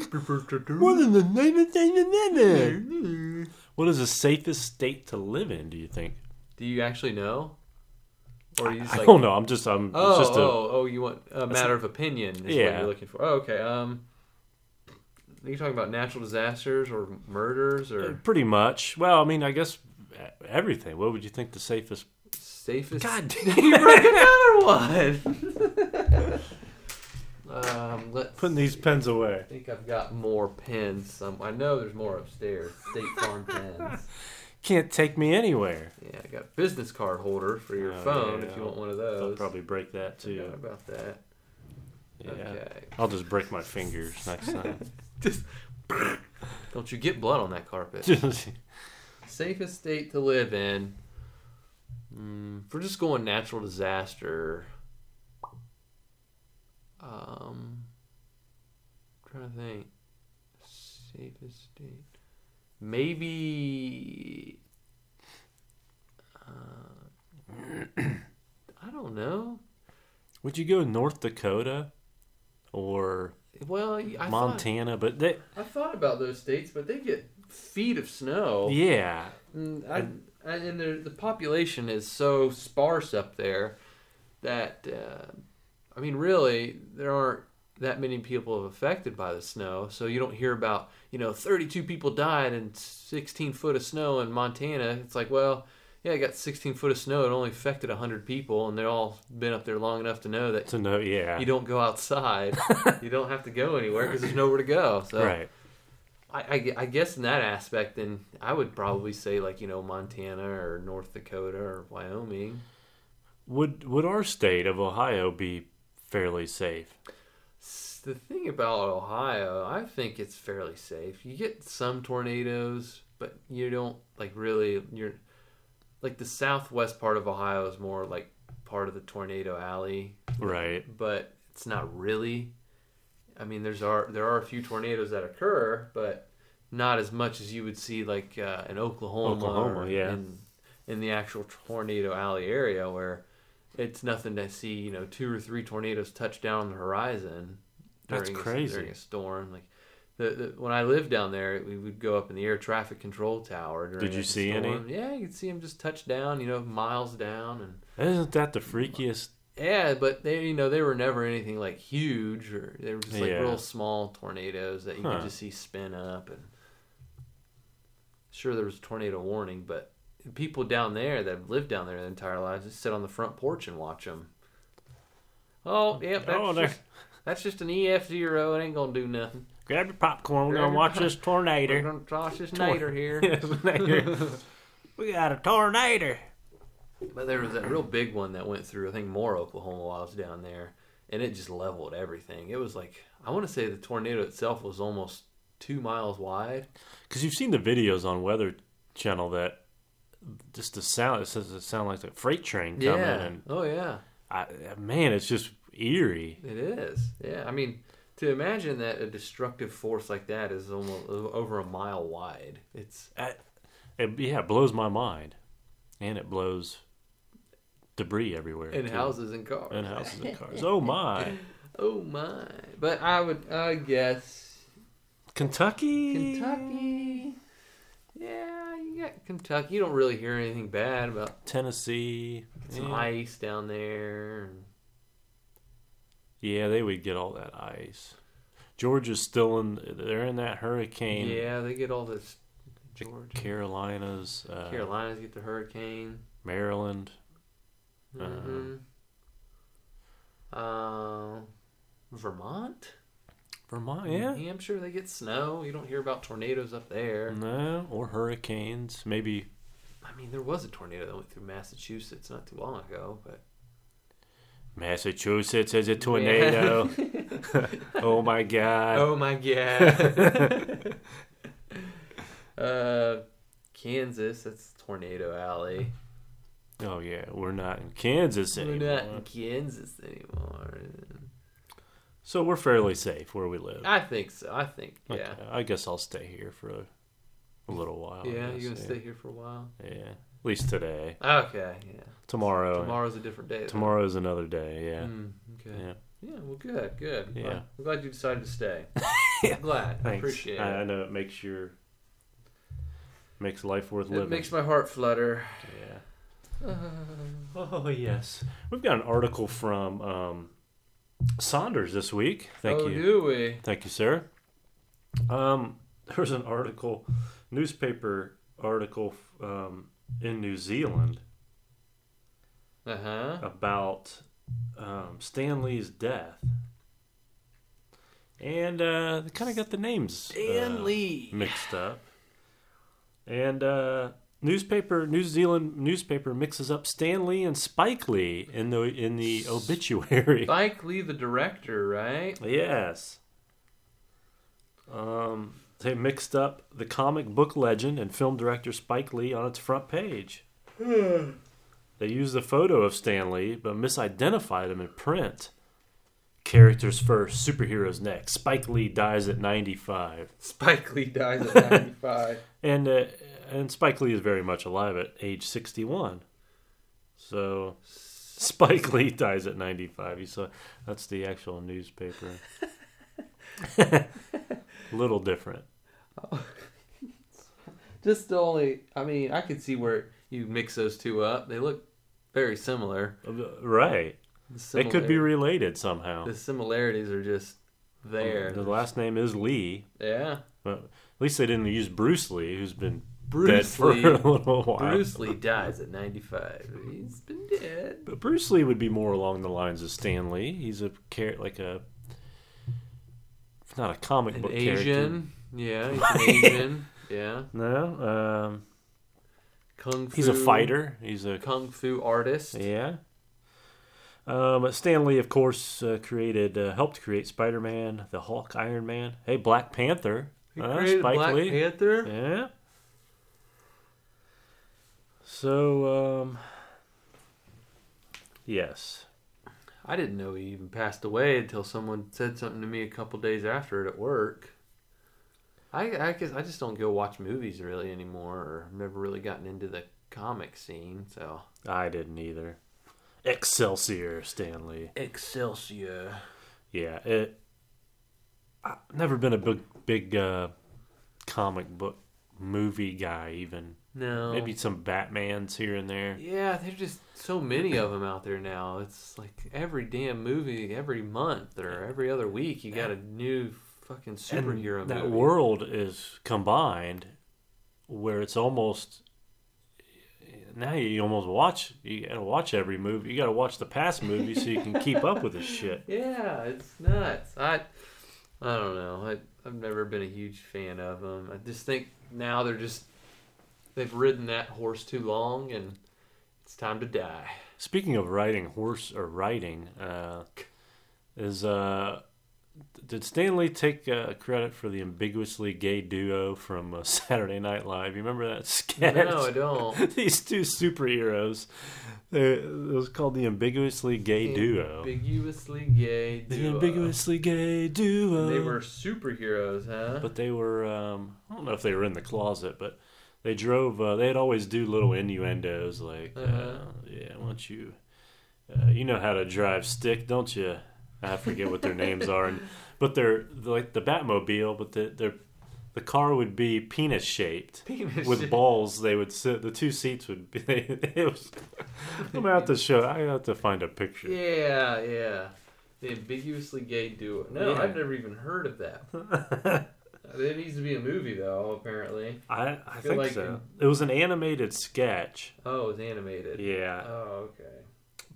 A: What in the name of the What is the safest state to live in? Do you think?
B: Do you actually know? Or are you just
A: I
B: like,
A: don't know. I'm just. I'm
B: oh,
A: it's just a.
B: oh, oh, you want a matter of opinion is what
A: Yeah.
B: you're looking for. Oh, okay. Um, are you talking about natural disasters or murders
A: uh,
B: or
A: Pretty much. Well, I mean, I guess uh, everything. What would you think the safest?
B: safest?
A: God
B: you
A: damn!
B: broke another one. um, let's
A: Putting these pens away.
B: I think I've got more pens. Some I know there's more upstairs. State Farm pens.
A: Can't take me anywhere.
B: Yeah, I got a business card holder for your
A: Oh,
B: phone
A: yeah.
B: if you want one of
A: I'll
B: those.
A: probably break that
B: Forgot
A: too.
B: about that.
A: Yeah.
B: Okay.
A: I'll just break my fingers next time.
B: Don't you get blood on that carpet? Safest state to live in. Mm, if we're just going natural disaster. Um, trying to think. Safest state. Maybe. Uh, I don't know.
A: would you go North Dakota or
B: Well, I thought,
A: Montana? But they,
B: I thought about those states, but they get feet of snow.
A: yeah,
B: Mm, I, I, and the, the population is so sparse up there that uh, I mean, really, there aren't that many people affected by the snow, so you don't hear about you know 32 people died in 16 foot of snow in Montana. It's like, well, yeah, I got 16 foot of snow. It only affected 100 people, and they've all been up there long enough to know that
A: So no, yeah,
B: you don't go outside. you don't have to go anywhere because there's nowhere to go. So
A: right.
B: I, I gue- I guess in that aspect, then I would probably say like you know Montana or North Dakota or Wyoming.
A: Would would our state of Ohio be fairly safe?
B: S- The thing about Ohio, I think it's fairly safe. You get some tornadoes, but you don't like really. You're like the southwest part of Ohio is more like part of the tornado alley,
A: Right.
B: but it's not really. I mean, there's are there are a few tornadoes that occur, but not as much as you would see like uh, in Oklahoma,
A: Oklahoma,
B: or
A: yeah.
B: in, in the actual tornado alley area where it's nothing to see. You know, two or three tornadoes touch down on the horizon.
A: That's
B: during a-
A: crazy.
B: during a storm, like. The, the, when I lived down there, we would go up in the air traffic control tower. During
A: Did you
B: a
A: see any?
B: storm. Yeah, you could see them just touch down, you know, miles down, and
A: Isn't that the freakiest?
B: yeah, but they you know they were never anything like huge or they were just like
A: Yeah.
B: real small tornadoes that you
A: Huh.
B: could just see spin up and sure there was a tornado warning, but people down there that have lived down there their entire lives just sit on the front porch and watch them. Oh, yep, that's,
A: Oh, there-
B: just, that's just an E EF zero. It ain't gonna do nothing.
A: Grab your popcorn. We're
B: Grab
A: gonna
B: your
A: watch
B: pop-
A: this
B: We're
A: tornado.
B: gonna toss this
A: Tor-
B: nader here.
A: Yes, tornado. we got a tornado.
B: But there was that real big one that went through, I think, more Oklahoma while I was down there, and it just leveled everything. It was like, I want to say the tornado itself was almost two miles wide.
A: Because you've seen the videos on Weather Channel that just the sound. It says it sound like a freight train coming,
B: yeah.
A: and
B: Oh, yeah.
A: I, man, it's just eerie.
B: It is. Yeah. I mean, to imagine that a destructive force like that is almost o- over a mile wide, it's.
A: I, it, yeah, it blows my mind, and it blows debris everywhere.
B: And
A: too.
B: houses and cars.
A: and houses and cars. Oh my,
B: Oh my! But I would, I guess,
A: Kentucky,
B: Kentucky. Yeah, you got Kentucky. You don't really hear anything bad about
A: Tennessee.
B: some
A: yeah.
B: ice down there. and-
A: Yeah, they would get all that ice. Georgia's still in. They're in that hurricane.
B: yeah, they get all this. Georgia,
A: Carolinas, uh,
B: Carolinas get the hurricane.
A: Maryland.
B: hmm Uh, Vermont,
A: Vermont, Oh, yeah.
B: New Hampshire, they get snow. You don't hear about tornadoes up there.
A: No, or hurricanes. Maybe
B: I mean, there was a tornado that went through Massachusetts not too long ago, but
A: Massachusetts has a tornado. oh my god.
B: oh my god. uh, Kansas, that's tornado alley.
A: Oh. yeah, we're not in Kansas
B: We're
A: anymore.
B: not in Kansas anymore.
A: So we're fairly safe where we live.
B: I think so. I think Ah, yeah.
A: Okay, I guess I'll stay here for a, a little while. I
B: Yeah,
A: guess,
B: you're gonna
A: Oh, yeah.
B: stay here for a while.
A: Yeah. At least today.
B: Okay, yeah.
A: Tomorrow. Oh, Tomorrow.
B: Tomorrow's a different day. though.
A: Tomorrow's another day, yeah.
B: Mm, okay. Yeah.
A: Yeah.
B: Well, good. Good. I'm
A: Yeah.
B: glad- I'm glad you decided to stay. I'm glad. I
A: Thanks.
B: appreciate
A: I, I
B: it.
A: know it makes your makes life worth
B: It
A: living.
B: makes my heart flutter.
A: yeah.
B: Uh,
A: Oh yes, we've got an article from um, Saunders this week. Thank
B: oh,
A: you,
B: do we?
A: thank you, sir. Um, there's an article, newspaper article um, in New Zealand
B: Uh huh.
A: about um, Stanley's death, and uh, they kind of got the names uh,
B: Lee.
A: mixed up. And uh, newspaper New Zealand newspaper mixes up Stan Lee and Spike Lee in the in the obituary.
B: Spike Lee, the director, right?
A: Yes. Um, they mixed up the comic book legend and film director Spike Lee on its front page. they used the photo of Stan Lee, but misidentified him in print. Characters first, superheroes next. Spike Lee dies at 95.
B: Spike Lee dies at 95.
A: And uh, and Spike Lee is very much alive at age 61. So Spike Lee dies at 95. You saw that's the actual newspaper. Little different.
B: Just the only, I mean, I could see where you mix those two up. They look very similar.
A: Uh, Right. They could be related somehow.
B: the similarities are just there.
A: Oh, The last name is Lee,
B: Yeah,
A: but at least they didn't use Bruce Lee, who's been dead
B: Bruce
A: for
B: Lee.
A: a little while.
B: Bruce Lee dies at 95. He's been dead.
A: But Bruce Lee would be more along the lines of Stan Lee. He's a char- like a not a comic
B: An
A: book character.
B: Asian. Yeah, he's an Asian. Yeah.
A: No, um,
B: Kung Fu.
A: he's a fighter. He's a
B: Kung Fu artist.
A: yeah. Um, but Stan Lee, of course, uh, created uh, helped create Spider Man, the Hulk, Iron Man. Hey, Black Panther.
B: He
A: Uh,
B: created
A: Spike
B: Black
A: Lee.
B: Panther.
A: Yeah. So, um, yes.
B: I didn't know he even passed away until someone said something to me a couple days after it at work. I, I guess I just don't go watch movies really anymore, or I've never really gotten into the comic scene. So
A: I didn't either. Excelsior, Stanley.
B: Excelsior.
A: Yeah, it. I've never been a big, big uh, comic book movie guy. Even
B: No,
A: maybe some Batman's here and there.
B: Yeah, there's just so many of them out there now. It's like every damn movie, every month or every other week, you got a new fucking
A: And
B: superhero
A: that
B: movie.
A: world is combined, where it's almost. Now you almost watch. You gotta watch every movie. You gotta watch the past movie so you can keep up with the shit.
B: Yeah, it's nuts. I, I don't know. I, I've never been a huge fan of them. I just think now they're just they've ridden that horse too long, and it's time to die.
A: Speaking of riding horse or riding, uh, is uh, did Stanley take uh, credit for the ambiguously gay duo from uh, Saturday Night Live? You remember that sketch?
B: No, I don't.
A: These two superheroes. They- It was called the ambiguously gay duo.
B: Ambiguously gay.
A: the
B: duo.
A: ambiguously gay duo.
B: They were superheroes, huh?
A: but they were. Um, I don't know if they were in the closet, but they drove. Uh, they'd always do little innuendos like, uh
B: Uh-huh.
A: "Yeah, why don't you? Uh, you know how to drive stick, don't you?" I forget what their names are, and, but they're they're like the Batmobile, but the, they're. The car would be penis shaped
B: Penis
A: with
B: shape.
A: balls. They would sit. The two seats would be. it was, I'm out to show. I have to find a picture.
B: Yeah, yeah. The ambiguously gay duo. No,
A: Yeah.
B: I've never even heard of that. there needs to be a movie though, apparently.
A: I, I
B: feel
A: think
B: like
A: so. It was an animated sketch.
B: Oh, it's animated.
A: Yeah,
B: Oh, okay.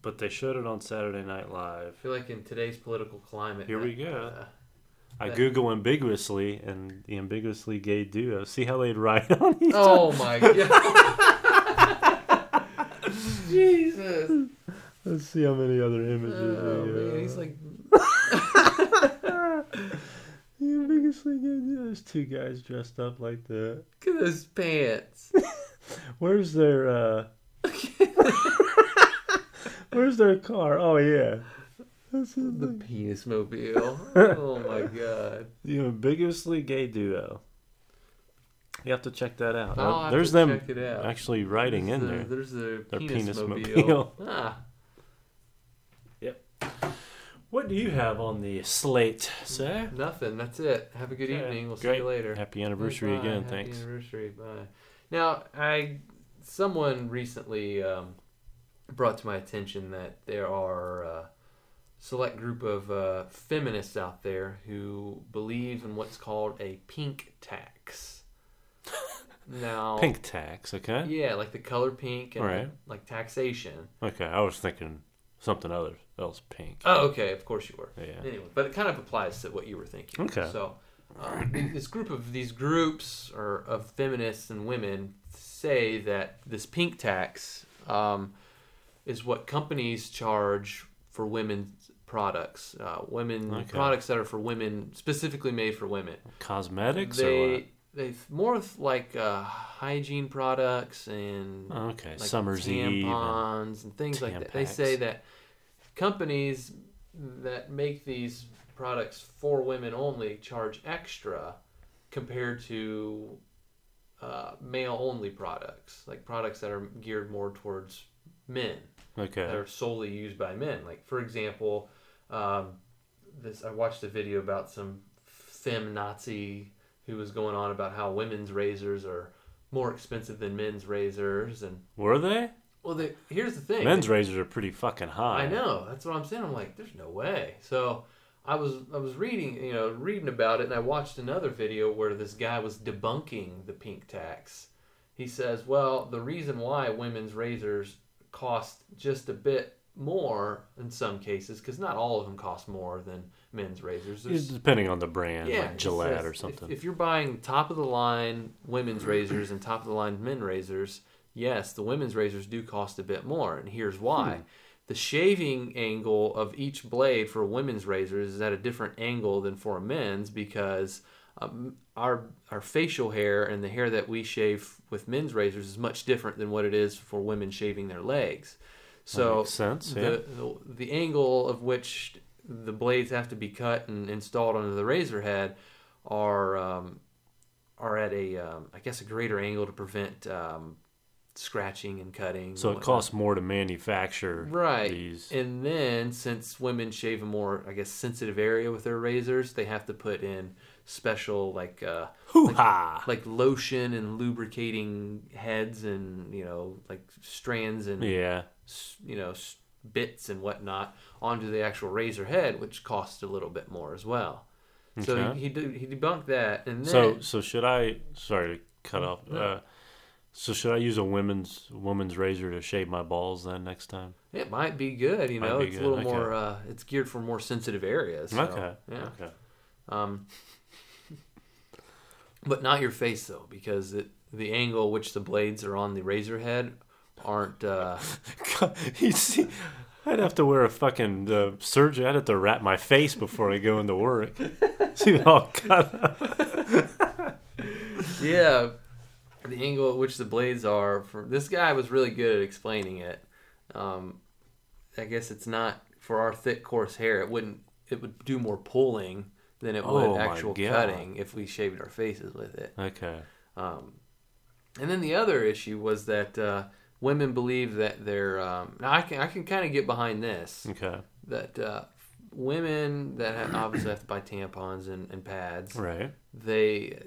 A: but they showed it on Saturday Night Live.
B: I feel like in today's political climate.
A: Here we
B: that,
A: go.
B: uh,
A: I
B: That-
A: Google ambiguously and the ambiguously gay duo. See how they'd ride on each other.
B: oh my god. Jesus.
A: Let's see how many other images.
B: Oh,
A: we got.
B: man. He's like
A: the ambiguously gay duo. There's two guys dressed up like that.
B: look at those pants.
A: Where's their? uh Where's their car? Oh yeah, that's the,
B: The
A: thing.
B: penis mobile. Oh my god.
A: the ambiguously gay duo. You have to check that out.
B: I'll have
A: There's
B: to
A: them
B: check it out.
A: actually writing
B: There's
A: in
B: the-
A: there.
B: There's the
A: Their
B: penis
A: penis-mobile.
B: mobile. Ah.
A: What do you have on the slate, sir?
B: Nothing. That's it. Have a good
A: Okay.
B: evening. We'll see
A: Great.
B: you later.
A: Happy anniversary
B: Bye.
A: again,
B: Happy
A: thanks.
B: Anniversary. Bye. Now, I someone recently um, brought to my attention that there are a select group of uh, feminists out there who believe in what's called a pink tax. now,
A: Pink tax, okay?
B: yeah, like the color pink and
A: Alright.
B: like taxation.
A: Okay, I was thinking something other else pink.
B: Oh, okay. Of course you were.
A: Yeah.
B: Anyway, but it kind of applies to what you were thinking.
A: Okay.
B: So, uh, this group of these groups or of feminists and women say that this pink tax um, is what companies charge for women's products, uh, women
A: Okay.
B: products that are for women specifically made for women.
A: Cosmetics or what?
B: They they more of like uh, hygiene products and
A: Oh, Okay,
B: like
A: Summer's Eve. and-
B: tampons and things like that. They
A: Tampax.
B: say that companies that make these products for women only charge extra compared to uh, male only products, like products that are geared more towards men that
A: Okay.
B: are solely used by men. Like for example, um, this I watched a video about some fem Nazi who was going on about how women's razors are more expensive than men's razors and
A: Were they?
B: Well, the, here's the thing.
A: Men's razors are pretty fucking high.
B: I know. That's what I'm saying. I'm like, there's no way. So I was I was reading, you know, reading about it, and I watched another video where this guy was debunking the pink tax. He says, well, the reason why women's razors cost just a bit more in some cases, because not all of them cost more than men's razors.
A: It's
B: There's-
A: depending on the brand, like
B: it
A: Gillette
B: says
A: or
B: if-
A: something.
B: If, you're buying top of the line women's razors and top of the line men razors, yes, the women's razors do cost a bit more, and here's
A: Hmm.
B: why. The shaving angle of each blade for a women's razors is at a different angle than for a men's because um, our our facial hair and the hair that we shave with men's razors is much different than what it is for women shaving their legs. So
A: makes sense,
B: the,
A: yeah.
B: the the angle of which the blades have to be cut and installed onto the razor head are um, are at a um, I guess a greater angle to prevent um, scratching and cutting.
A: so
B: and
A: it
B: whatnot.
A: costs more to manufacture
B: Right.
A: these.
B: And then since women shave a more, I guess, sensitive area with their razors, they have to put in special like uh
A: Hoo ha!
B: like lotion and lubricating heads and you know like strands and
A: yeah.
B: s- you know s- bits and whatnot onto the actual razor head, which costs a little bit more as well. So
A: Okay.
B: he he, de- he debunked that, and then
A: So so should I? Sorry to cut off. Uh, so should I use a women's woman's razor to shave my balls then next time?
B: it might be good. You
A: Might
B: know,
A: be
B: it's
A: good,
B: a little
A: okay.
B: more. Uh, it's geared for more sensitive areas. so,
A: okay.
B: Yeah.
A: Okay.
B: Um, but not your face though, because it, the angle which the blades are on the razor head aren't. Uh,
A: God, you see, I'd have to wear a fucking uh, surgery. I'd have to wrap my face before I go into work. see, oh god,
B: yeah, the angle at which the blades are. For this guy was really good at explaining it. Um, I guess it's not for our thick, coarse hair. It wouldn't. It would do more pulling than it would
A: Oh, my
B: actual
A: God.
B: cutting if we shaved our faces with it.
A: Okay.
B: Um, and then the other issue was that uh, women believe that they're. Um, now I can I can kind of get behind this
A: Okay.
B: that uh, women that have, obviously have to buy tampons and, and pads.
A: Right.
B: They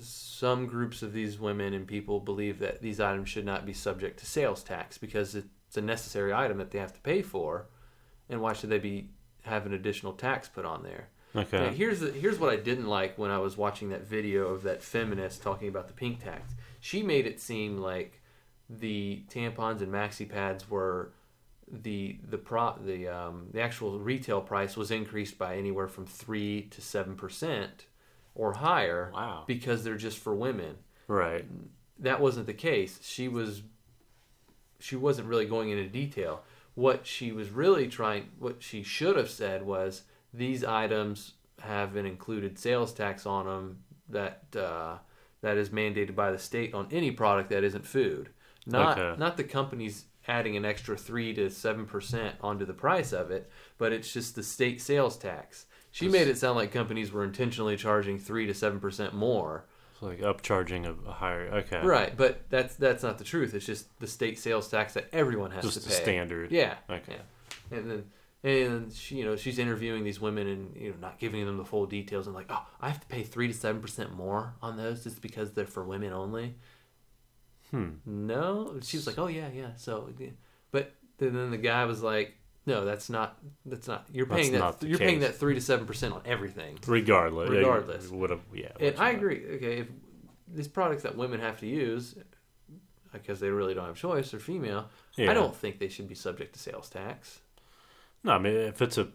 B: some groups of these women and people believe that these items should not be subject to sales tax because it's a necessary item that they have to pay for, and why should they be have an additional tax put on there? Now,
A: Okay.
B: here's the, here's what I didn't like when I was watching that video of that feminist talking about the pink tax. She made it seem like the tampons and maxi pads were the the pro the um, the actual retail price was increased by anywhere from three to seven percent or higher.
A: Wow.
B: Because they're just for women
A: Right.
B: that wasn't the case. She was she wasn't really going into detail. What she was really trying what she should have said was these items have an included sales tax on them that uh, that is mandated by the state on any product that isn't food. Not
A: Okay.
B: not the companies adding an extra 3 to 7% onto the price of it, but it's just the state sales tax. She made it sound like companies were intentionally charging 3 to 7% more
A: It's like upcharging of a higher. Okay.
B: Right, but that's that's not the truth. It's just the state sales tax that everyone has
A: Just
B: to
A: the
B: pay.
A: standard.
B: Yeah.
A: Okay.
B: yeah. And then and she you know she's interviewing these women and you know not giving them the full details and like oh I have to pay three to seven percent more on those just because they're for women only.
A: Hmm.
B: No, she's like oh yeah yeah so, yeah. but then, then the guy was like no that's not that's not you're
A: That's
B: paying
A: not
B: that
A: the
B: you're paying
A: case.
B: that three to seven percent on everything.
A: Regardless. yeah, you-
B: Regardless.
A: Would have. Yeah.
B: And
A: that's
B: I
A: right.
B: agree. Okay, if these products that women have to use because they really don't have choice, they're female.
A: Yeah.
B: I don't think they should be subject to sales tax.
A: No, I mean if it's a.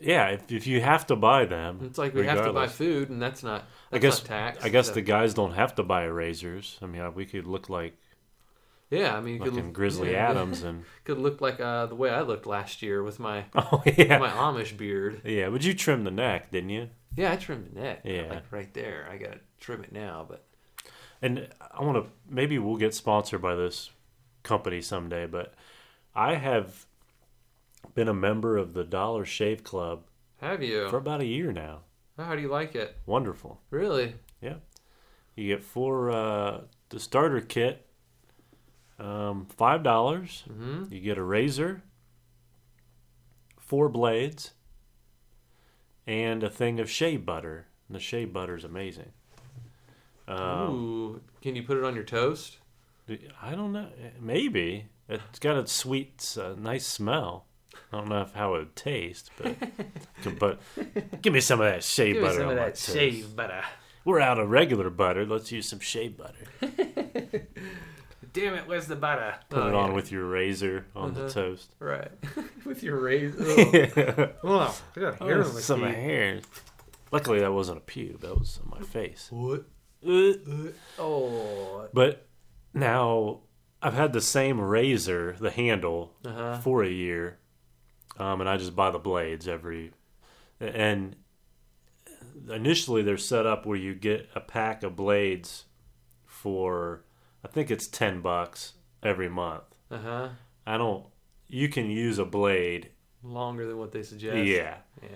A: Yeah, if, if you have to buy them,
B: It's like we have to buy
A: regardless.
B: food, and that's not.
A: I
B: That's
A: guess
B: not tax.
A: I guess
B: so-
A: the guys don't have to buy razors. I mean, we could look like
B: yeah. I mean, you could
A: fucking
B: look,
A: Grizzly
B: yeah,
A: Adams and
B: Could look like uh, the way I looked last year with my
A: oh yeah,
B: my Amish beard.
A: yeah. But you trim the neck, didn't you?
B: Yeah, I trimmed the neck.
A: Yeah.
B: like right there. I gotta trim it now, but
A: And I want to maybe we'll get sponsored by this company someday. But I have been a member of the Dollar Shave Club
B: have you? Oh,
A: for about a year now.
B: How do you like it?
A: Wonderful.
B: Really?
A: Yeah. You get four uh, the starter kit, um, five dollars.
B: Mm-hmm.
A: You get a razor, four blades, and a thing of shea butter. And the shea butter is amazing. Um,
B: Ooh, can you put it on your toast?
A: I don't know. eh, Maybe it's got a sweet, uh, nice smell. I don't know if how it would taste, but but give me some of that shea
B: Give me
A: butter.
B: some
A: on
B: of
A: my
B: that
A: toast.
B: shave butter.
A: We're out of regular butter. Let's use some shea butter.
B: Damn it, where's the butter?
A: Put
B: Oh,
A: it on
B: yeah.
A: with your razor on the
B: Uh-huh.
A: toast.
B: Right. with your razor.
A: Yeah.
B: Oh, I got hair on my
A: some
B: teeth.
A: hair. Luckily, that wasn't a pube. That was on my face.
B: What?
A: Uh,
B: Oh.
A: But now I've had the same razor, the handle,
B: Uh-huh.
A: for a year, um, and I just buy the blades every. And initially, they're set up where you get a pack of blades for, I think it's ten bucks every month.
B: Uh-huh.
A: I don't. You can use a blade.
B: Longer than what they suggest.
A: Yeah,
B: Yeah.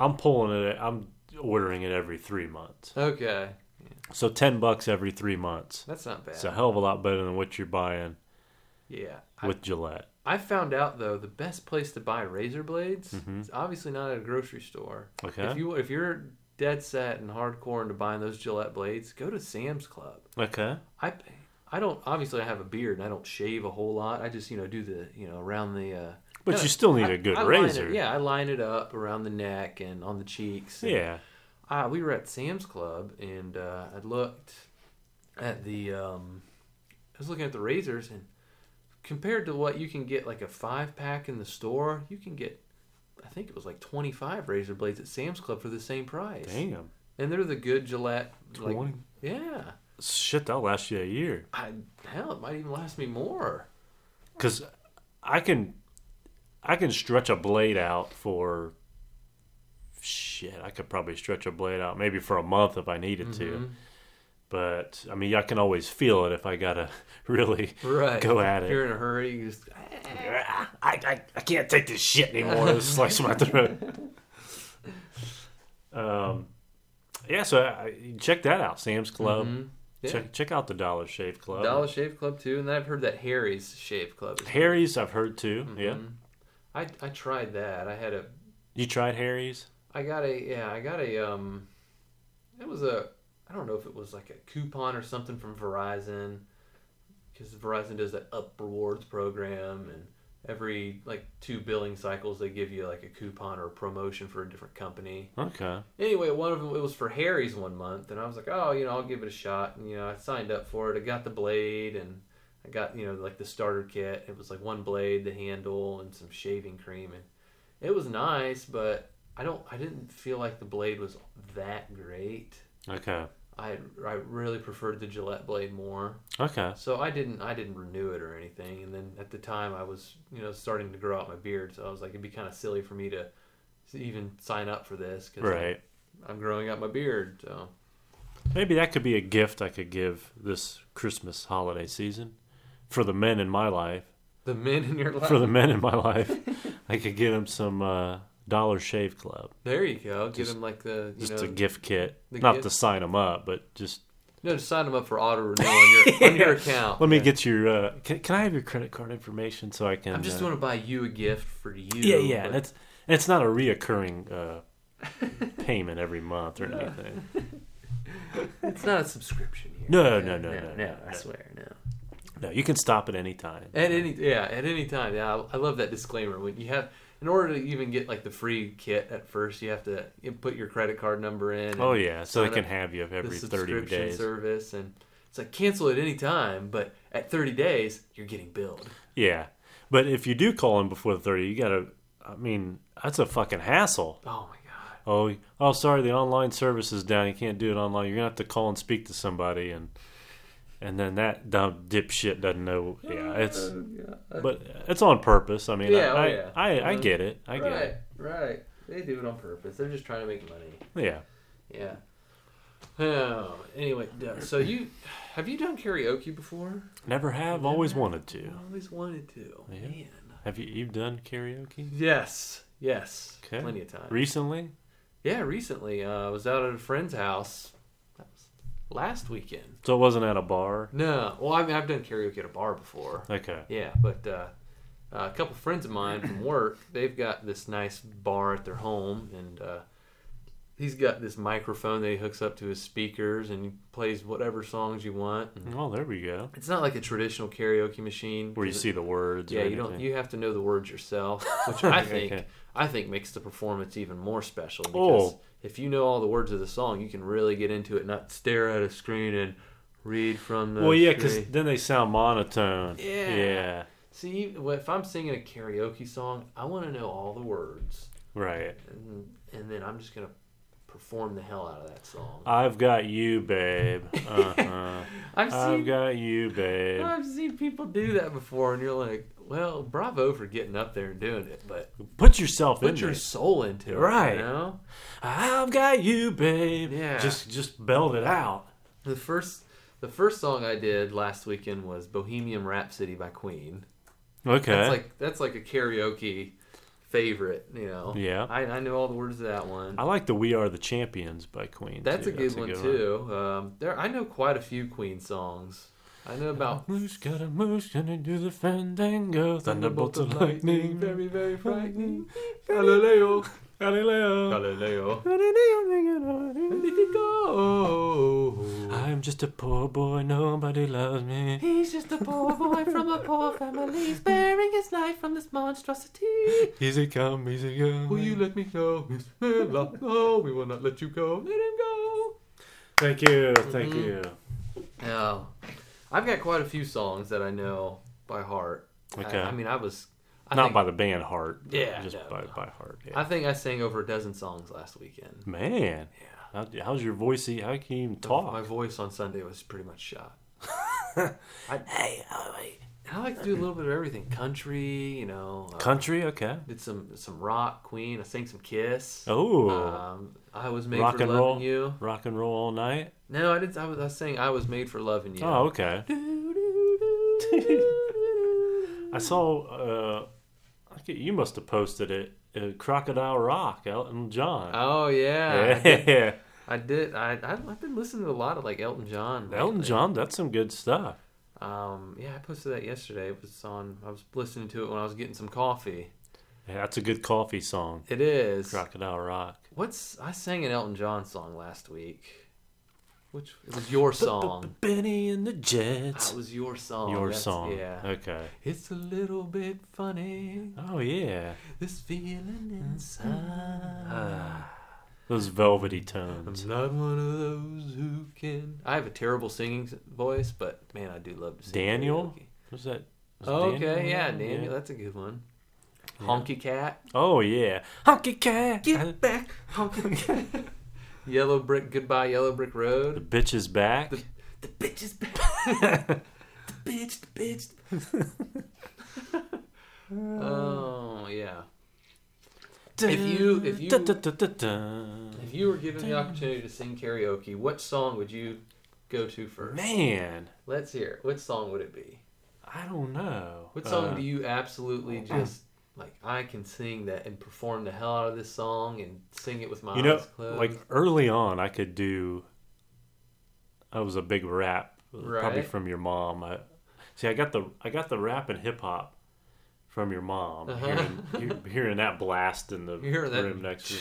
A: I'm pulling it. I'm ordering it every three months.
B: Okay.
A: So ten bucks every three months.
B: That's not bad.
A: It's a hell of a lot better than what you're buying
B: yeah.
A: with Gillette.
B: I, I found out though the best place to buy razor blades
A: Mhm.
B: is obviously not at a grocery store.
A: Okay.
B: If you if you're dead set and hardcore into buying those Gillette blades, go to Sam's Club.
A: okay.
B: I I don't obviously I have a beard and I don't shave a whole lot. I just you know do the you know around the. Uh,
A: But
B: kinda-
A: you still need a good
B: I line it-
A: razor.
B: yeah, I line it up around the neck and on the cheeks. and-
A: Yeah.
B: Ah, we were at Sam's Club and uh, I looked at the um, I was looking at the razors and compared to what you can get like a five pack in the store, you can get I think it was like twenty five razor blades at Sam's Club for the same price.
A: Damn.
B: And they're the good Gillette. Like,
A: 20.
B: yeah,
A: Shit, that'll last you a year.
B: I, hell, it might even last me more.
A: Because I can, I can stretch a blade out for. Shit, I could probably stretch a blade out maybe for a month if I needed
B: Mm-hmm.
A: to. But I mean, I can always feel it if I gotta really
B: Right.
A: go at
B: If
A: it.
B: you're in a hurry, you just
A: I, I, I can't take this shit anymore. This slice my throat. Um, yeah, so I, I- check that out. Sam's Club.
B: Mhm. Yeah.
A: Check check out the Dollar Shave Club.
B: Dollar Shave Club too, and I've heard that Harry's Shave Club. Is,
A: Harry's, I've heard too.
B: Mm-hmm.
A: Yeah,
B: I I tried that. I had a
A: you tried Harry's?
B: I got a yeah, I got a um it was a I don't know if it was like a coupon or something from Verizon cuz Verizon does that up rewards program and every like two billing cycles they give you like a coupon or a promotion for a different company.
A: Okay.
B: Anyway, one of them it was for Harry's one month and I was like, "Oh, you know, I'll give it a shot." And you know, I signed up for it. I got the blade and I got, you know, like the starter kit. It was like one blade, the handle, and some shaving cream and it was nice, but I don't. I didn't feel like the blade was that great.
A: Okay.
B: I I really preferred the Gillette blade more,
A: Okay.
B: so I didn't I didn't renew it or anything. And then at the time I was you know starting to grow out my beard, so I was like it'd be kind of silly for me to even sign up for this because
A: Right.
B: I'm growing out my beard. So
A: Maybe that could be a gift I could give this Christmas holiday season for the men in my life.
B: the men in your life,
A: For the men in my life, I could get them some uh, Dollar Shave Club.
B: there you go. Give
A: Just-
B: him like the you
A: Just
B: know
A: a gift kit.
B: the
A: Not
B: gift-
A: to sign them up, but just
B: no just sign him up for auto renewal on your, on your account.
A: let me get your. Uh, can, can I have your credit card information so I can?
B: I'm just
A: uh,
B: going to buy you a gift for you.
A: Yeah, yeah,
B: but-
A: and it's and it's not a reoccurring uh, payment every month or anything.
B: It's not a subscription here.
A: No, no, no, no,
B: no,
A: no,
B: I
A: no.
B: swear, no.
A: No, you can stop at any time.
B: At any, yeah, at any time. Yeah, I, I love that disclaimer. When you have, in order to even get like the free kit at first, you have to you put your credit card number in. and
A: Oh yeah, so they
B: sign
A: can
B: up
A: have you
B: the
A: every thirty
B: subscription
A: days.
B: service, and it's like cancel at any time, but at 30 days you're getting billed.
A: Yeah, but if you do call in before the thirty, you gotta. I mean, that's a fucking hassle.
B: Oh my god.
A: Oh, oh, sorry, the online service is down. You can't do it online. You're gonna have to call and speak to somebody, and and then that dumb dipshit doesn't know. Yeah,
B: Um,
A: it's
B: uh,
A: but it's on purpose. I mean,
B: Yeah, oh,
A: I,
B: yeah.
A: I, I, I
B: Mhm.
A: get it. I get
B: right,
A: it.
B: right. They do it on purpose. They're just trying to make money.
A: Yeah.
B: Yeah. Oh, anyway, so you have you done karaoke before?
A: Never have, always wanted to.
B: I always wanted to.
A: Yeah.
B: Man.
A: Have you you've done karaoke
B: Yes, yes,
A: Okay.
B: plenty of time.
A: recently?
B: yeah, recently uh, I was out at a friend's house. That was last weekend.
A: So it wasn't at a bar.
B: No, well, I mean I've done karaoke at a bar before.
A: Okay.
B: Yeah, but uh, uh, a couple friends of mine from work, they've got this nice bar at their home, and uh, he's got this microphone that he hooks up to his speakers and he plays whatever songs you want. And
A: Oh, there we go.
B: it's not like a traditional karaoke machine
A: Where you
B: 'cause
A: see the words.
B: yeah,
A: or
B: you don't.
A: anything.
B: You have to know the words yourself, which I think
A: Okay.
B: I think makes the performance even more special. Because
A: Oh.
B: if you know all the words of the song, you can really get into it, not stare at a screen and read from the.
A: well, yeah, because
B: screen.
A: then they sound monotone.
B: Yeah.
A: Yeah.
B: see, you- well, if I'm singing a karaoke song, I want to know all the words,
A: Right.
B: and, and then I'm just gonna perform the hell out of that song.
A: I've got you, babe. Uh-huh.
B: I've
A: I've
B: seen
A: got you, babe.
B: I've seen people do that before, and you're like, well, bravo for getting up there and doing it, but
A: Put yourself in
B: put
A: there.
B: your soul into it,
A: Right.
B: You know?
A: I've got you, babe.
B: Yeah.
A: Just just belt it out.
B: The first the first song I did last weekend was Bohemian Rhapsody by Queen.
A: Okay.
B: That's like that's like a karaoke favorite, you know.
A: Yeah.
B: I, I know all the words to that one.
A: I like the "We Are the Champions" by Queen.
B: That's
A: too.
B: a good one too. Um, there I know quite a few Queen songs. I know about
A: Moose got a moose, gonna do the fandango. Thunderbolts of lightning.
B: very very frightening. Galileo,
A: Galileo.
B: Galileo.
A: I'm just a poor boy, nobody loves me.
B: He's just a poor boy from a poor family, sparing his life from this monstrosity.
A: Easy come, easy go.
B: Will you let me go, Miss Miller? No, we will not let you go. Let him go.
A: Thank you, thank
B: Mhm.
A: you.
B: Now, I've got quite a few songs that I know by heart. I-
A: Okay.
B: I, mean, I was. I
A: Not
B: think,
A: by the band Heart.
B: Yeah,
A: Just
B: no,
A: by,
B: no.
A: by heart. Yeah.
B: I think I sang over a dozen songs last weekend.
A: Man,
B: Yeah.
A: how, how's your voice? How can you even
B: My
A: talk?
B: voice on Sunday was pretty much shot.
A: Hey, oh, hey.
B: And I like to do a little bit of everything country, you know. uh,
A: Country, okay.
B: Did some some rock, Queen. I sang some Kiss.
A: Oh,
B: Um, I was made
A: Rock
B: for
A: and
B: loving
A: roll?
B: you.
A: rock and roll all night.
B: No, I didn't. I was, I was saying I was made for loving you.
A: Oh, okay. I saw. Uh, I think you must have posted it. Uh, Crocodile Rock, Elton John.
B: Oh yeah.
A: Uh, yeah,
B: I did. I, I I've been listening to a lot of like Elton John.
A: Elton
B: lately.
A: John. That's some good stuff.
B: Um, yeah, I posted that yesterday. It was on. I was listening to it when I was getting some coffee.
A: Yeah, that's a good coffee song.
B: It is.
A: Crocodile Rock.
B: What's I sang an Elton John song last week? Which it was your song.
A: Benny and the
B: That
A: Jets.
B: was your song.
A: Your
B: Oh, That's-
A: song.
B: Yeah.
A: Okay.
B: It's a little bit funny.
A: Oh yeah.
B: This feeling inside.
A: Those velvety tones.
B: I'm not one of those who can. I have a terrible singing s- voice, but man, I do love to sing.
A: Daniel?
B: karaoke.
A: Was that? was
B: Oh, Okay,
A: Daniel on
B: yeah,
A: that?
B: Daniel, that's a good one. Honky Cat.
A: Oh yeah. Honky cat.
B: back, honky cat. Yellow brick, goodbye, Yellow Brick
A: The
B: Road.
A: bitch is back.
B: The, the bitch is back. the bitch, the bitch. oh yeah. if you- if you-
A: Dun, dun, dun, dun, dun.
B: If you were given the opportunity to sing karaoke, what song would you go to first?
A: Man,
B: Let's hear. it. What song would it be?
A: I don't know.
B: What song
A: Uh,
B: do you absolutely just like? I can sing that and perform the hell out of this song and sing it with my
A: you know?
B: eyes closed.
A: Like early on, I could do. I was a big rap, probably
B: Right.
A: from your mom. I, see, I got the I got the rap and hip hop from your mom.
B: Uh-huh.
A: Hearing, hear- hearing that blast in the
B: You hear that?
A: room next to you.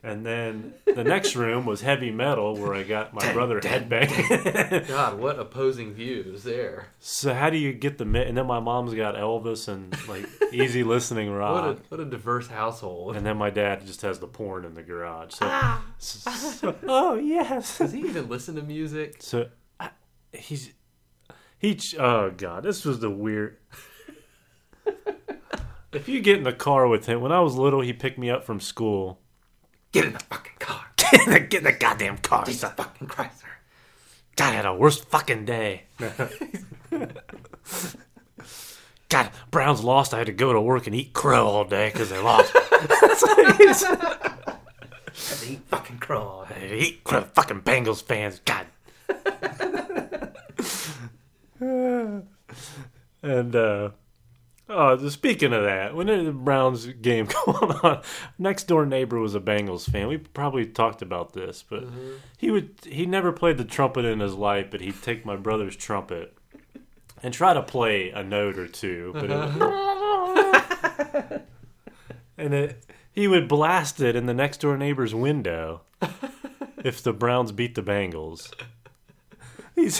A: And then the next room was heavy metal, where I got my brother headbang.
B: God, what opposing views there.
A: so how do you get the mi- and then my mom's got Elvis and like easy listening rock.
B: What a what a diverse household.
A: And then my dad just has the porn in the garage. So,
B: Ah.
A: so- oh yes.
B: Does he even listen to music?
A: So I, he's he. ch- Oh god, this was the weird. if you get in the car with him, when I was little, he picked me up from school.
B: Get in the fucking car.
A: get in the, get in the goddamn car. He's like,
B: fucking Chrysler.
A: God, I had a worst fucking day. God, Browns lost. I had to go to work and eat crow all day because they lost. It's like-
B: He fucking crawl.
A: Eat cr- fucking Bengals fans. God. and uh, oh, speaking of that, when the Browns game going on, next door neighbor was a Bengals fan. We probably talked about this, but he would he never played the trumpet in his life, but he'd take my brother's trumpet and try to Uh-huh. play a note or two, but it was, and it. He would blast it in the next door neighbor's window if the Browns beat the Bengals. He's.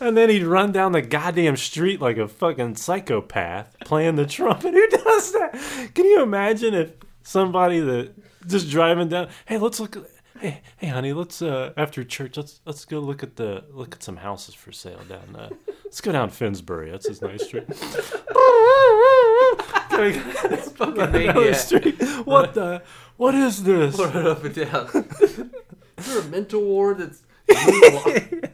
A: and then he'd run down the goddamn street like a fucking psychopath playing the trumpet. Who does that? Can you imagine if somebody that just driving down? Hey, let's look. Hey, hey, honey, let's uh, after church, let's let's go look at the look at some houses for sale down. Uh, let's go down Finsbury. That's his nice street.
B: It's fucking
A: Another
B: maniac.
A: street. What the? What is this?
B: Throw it up and down. Is there a mental ward that's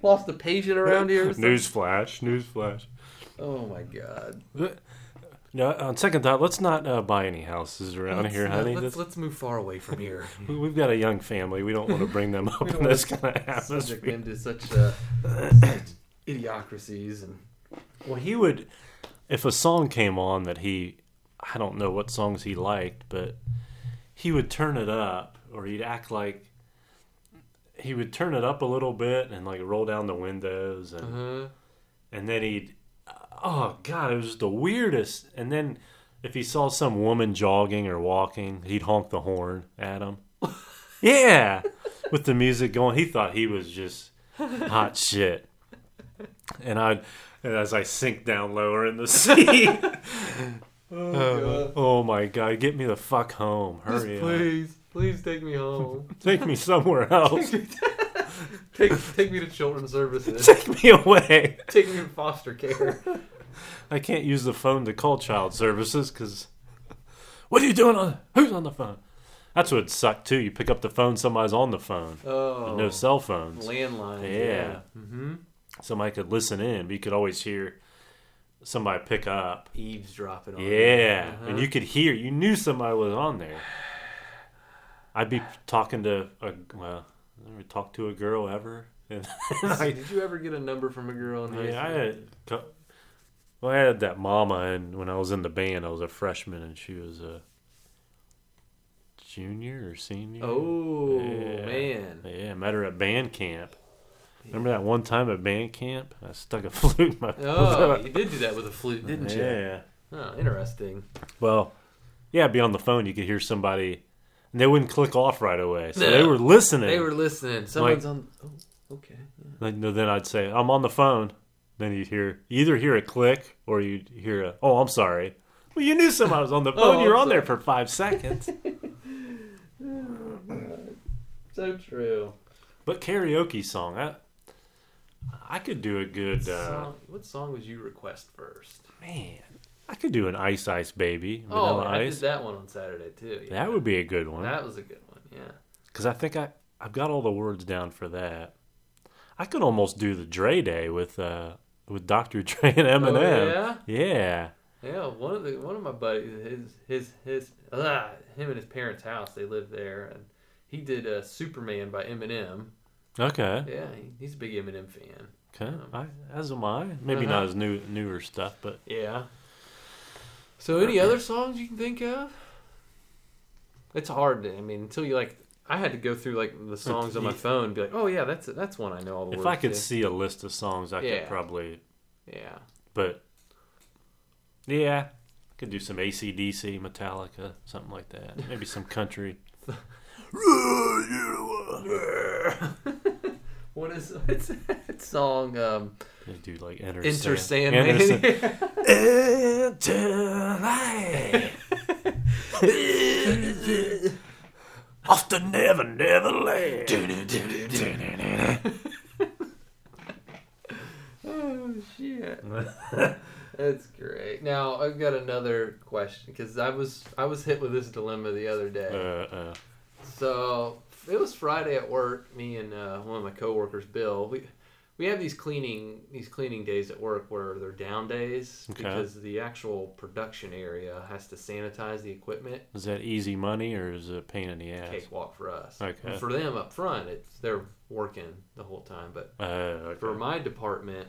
B: lost a patient around here? or something?
A: Newsflash! Newsflash!
B: Oh my god.
A: No, on second thought, let's not uh, buy any houses around here,
B: Let's-
A: honey.
B: Let's,
A: That's-
B: let's move far away from here.
A: we- we've got a young family. We don't want to bring them up
B: don't
A: in
B: wanna
A: this kind of
B: Subject
A: atmosphere.
B: them to such, uh, such idiocracies and
A: Well, he would, if a song came on that he, I don't know what songs he liked, but he would turn it up, or he'd act like he would turn it up a little bit and like roll down the windows and
B: uh,
A: and then he'd oh god it was the weirdest and then if he saw some woman jogging or walking he'd honk the horn at him yeah with the music going he thought he was just hot shit and i'd and as i sink down lower in the sea oh, oh my god get me the fuck home
B: just
A: hurry up.
B: please, please take me home.
A: take me somewhere else
B: take take me to children's services.
A: take me away
B: take me to foster care.
A: I can't use the phone to call child services because what are you doing on? Who's on the phone? That's what sucked too. You pick up the phone, somebody's on the phone.
B: Oh,
A: No cell phones.
B: landline.
A: Yeah.
B: Mm-hmm.
A: Somebody could listen in, but you could always hear somebody pick up.
B: Eavesdropping. on you.
A: Yeah,
B: Uh-huh.
A: and you could hear. You knew somebody was on there. I'd be talking to a well. I never talked to a girl ever. And I,
B: Did you ever get a number from a girl in high
A: Yeah, I
B: school?
A: had. co- Well, I had that mama, and when I was in the band, I was a freshman, and she was a junior or senior.
B: Oh
A: Yeah.
B: man,
A: yeah, met her at band camp. Remember that one time at band camp, I stuck a flute in my.
B: oh, you did do that with a flute, didn't you?
A: yeah.
B: Oh, interesting.
A: Well, yeah, be on the phone. You could hear somebody, and they wouldn't click off right away, so they
B: Yeah.
A: were listening.
B: They were listening. Someone's on. Oh, okay.
A: Like, no, then I'd say, I'm on the phone. Then you'd hear you either hear a click or you'd hear a, oh, I'm sorry. Well, you knew somebody was on the phone.
B: Oh,
A: you were
B: I'm
A: on there for five seconds.
B: So true.
A: but karaoke song, I, I could do a good, uh,
B: Song- what song would you request first?
A: man, I could do an Ice Ice Baby.
B: Oh,
A: Vanilla
B: I did
A: Ice.
B: that one on Saturday too. yeah.
A: That would be a good one.
B: That was a good one. Yeah.
A: Because I think I, I've got all the words down for that. I could almost do the Dre Day with, uh, with Dr. Dre and Eminem.
B: Oh, yeah.
A: yeah.
B: Yeah, one of the one of my buddies, his his his, uh, him and his parents' house, they lived there, and he did uh, Superman by Eminem.
A: Okay.
B: Yeah, he, he's a big Eminem fan.
A: Okay,
B: Um,
A: I, as am I. Maybe
B: Uh-huh.
A: not as new, newer stuff, but
B: Yeah. So, any other songs you can think of? It's hard. To, I mean, until you like, I had to go through like the songs on my
A: yeah.
B: phone and be like, oh yeah, that's that's one I know all the
A: if
B: words.
A: I could
B: to."
A: see a list of songs, I
B: Yeah.
A: could probably.
B: Yeah.
A: But yeah, I could do some ACDC, Metallica, something like that. Maybe some country.
B: What is it's that song? Um,
A: They do like Enter,
B: Enter
A: Sand-
B: Sandman.
A: Enter Sand- Enter life. Off to never, never land.
B: Oh shit. That's great. Now I've got another question because I was I was hit with this dilemma the other
A: uh,
B: day.
A: uh,
B: So it was Friday at work. Me and uh, one of my coworkers, Bill, we we have these cleaning these cleaning days at work where they're down days
A: Okay.
B: because the actual production area has to sanitize the equipment.
A: is that easy money or is it a pain in the ass?
B: Cakewalk for us.
A: Okay.
B: And for them up front, it's they're working the whole time, but
A: Uh, okay.
B: For my department,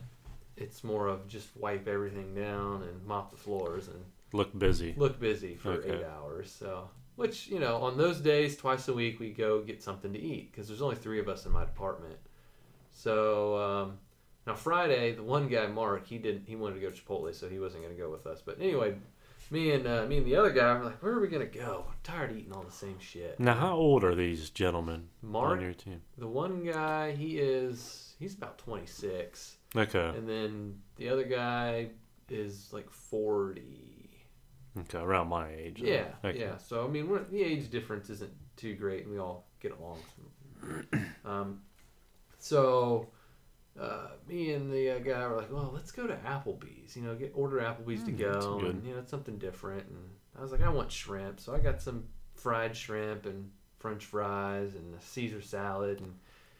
B: it's more of just wipe everything down and mop the floors and
A: Look busy.
B: look busy for
A: Okay.
B: eight hours. So, which you know, on those days, twice a week, we go get something to eat because there's only three of us in my department. So um, Now Friday, the one guy Mark, he didn't. He wanted to go to Chipotle, so he wasn't going to go with us. But anyway, me and uh, me and the other guy were like, "Where are we going to go? I'm tired of eating all the same shit."
A: Now, how old are these gentlemen
B: Mark,
A: on your team?
B: the one guy, he is he's about twenty six,
A: Okay,
B: and then the other guy is like forty.
A: okay, around my age. then.
B: Yeah,
A: Okay.
B: yeah. So I mean, we're, the age difference isn't too great, and we all get along. um, so uh, me and the uh, guy were like, "Well, let's go to Applebee's. You know, get order Applebee's to
A: Mm, that's
B: go,
A: good.
B: and you know, it's something different." And I was like, "I want shrimp," so I got some fried shrimp and French fries and a Caesar salad, and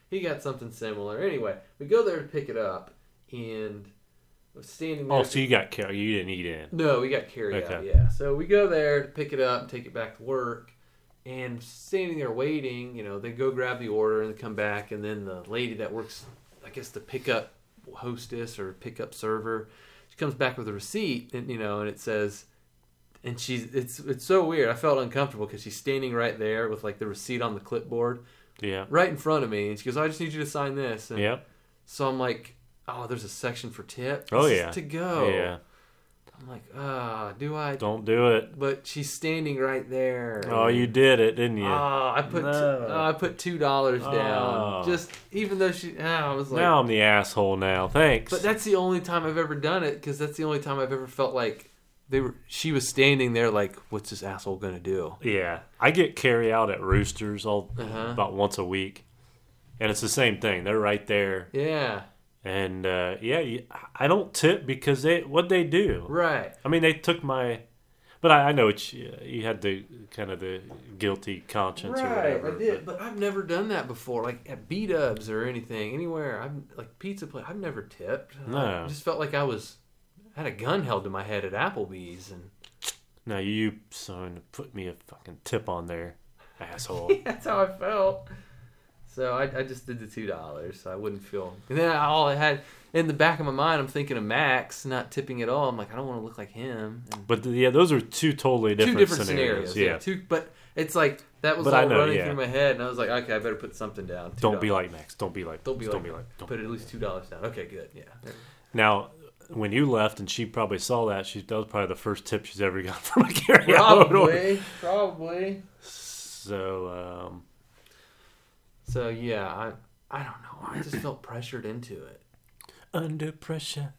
B: he got something similar. Anyway, we go there to pick it up, and I was standing. There
A: Oh, so you got car- you didn't eat in.
B: no, we got carried out.
A: Okay.
B: Yeah, so we go there to pick it up and take it back to work. And standing there waiting, you know, they go grab the order and come back, and then the lady that works, I guess, the pickup hostess or pickup server, she comes back with a receipt, and you know, and it says, and she's it's it's so weird. I felt uncomfortable because she's standing right there with like the receipt on the clipboard,
A: Yeah.
B: right in front of me, and she goes, "I just need you to sign this." And
A: Yep.
B: So I'm like, "Oh, there's a section for tip.
A: Oh,
B: This is
A: yeah.
B: to go."
A: Yeah.
B: I'm like, ah, do I?
A: Don't do it.
B: But she's standing right there.
A: Oh, you did it, didn't you?
B: Ah, I put
A: No.
B: ah, I put two dollars
A: Oh.
B: down. Just even though she, ah, I was like,
A: now I'm the asshole. Now, thanks.
B: but that's the only time I've ever done it because that's the only time I've ever felt like they were. She was standing there like, what's this asshole gonna do?
A: yeah, I get carry out at Roosters all
B: Uh-huh.
A: about once a week, and it's the same thing. They're right there,
B: Yeah,
A: and uh, yeah, you- I don't tip because they what they do.
B: right.
A: I mean, they took my, but I, I know it's you had the kind of the guilty conscience or whatever.
B: I did, but I've never done that before, like at B Dubs or anything, anywhere. I'm like pizza place. I've never tipped.
A: No.
B: I just felt like I was had a gun held to my head at Applebee's, and
A: but Now you son put me a fucking tip on there, asshole.
B: That's how I felt. So I, I just did the two dollars, so I wouldn't feel. And then I, all I had in the back of my mind, I'm thinking of Max not tipping at all. I'm like, I don't want to look like him. And
A: but yeah, those are two totally different,
B: two different scenarios,
A: yeah.
B: yeah. Two, but it's like that was
A: But
B: all
A: I know,
B: running
A: yeah.
B: through my head, and I was like, okay, I better put something down. $2.
A: Don't be like Max. Don't be like.
B: Don't be
A: don't
B: like
A: Be like
B: Max.
A: don't
B: Put at least two dollars down. Okay, good. Yeah.
A: Now, when you left, and she probably saw that, she that was probably the first tip she's ever got from a carryout order.
B: probably.
A: So, um,
B: So yeah, I I don't know. I just felt pressured into it.
A: under pressure.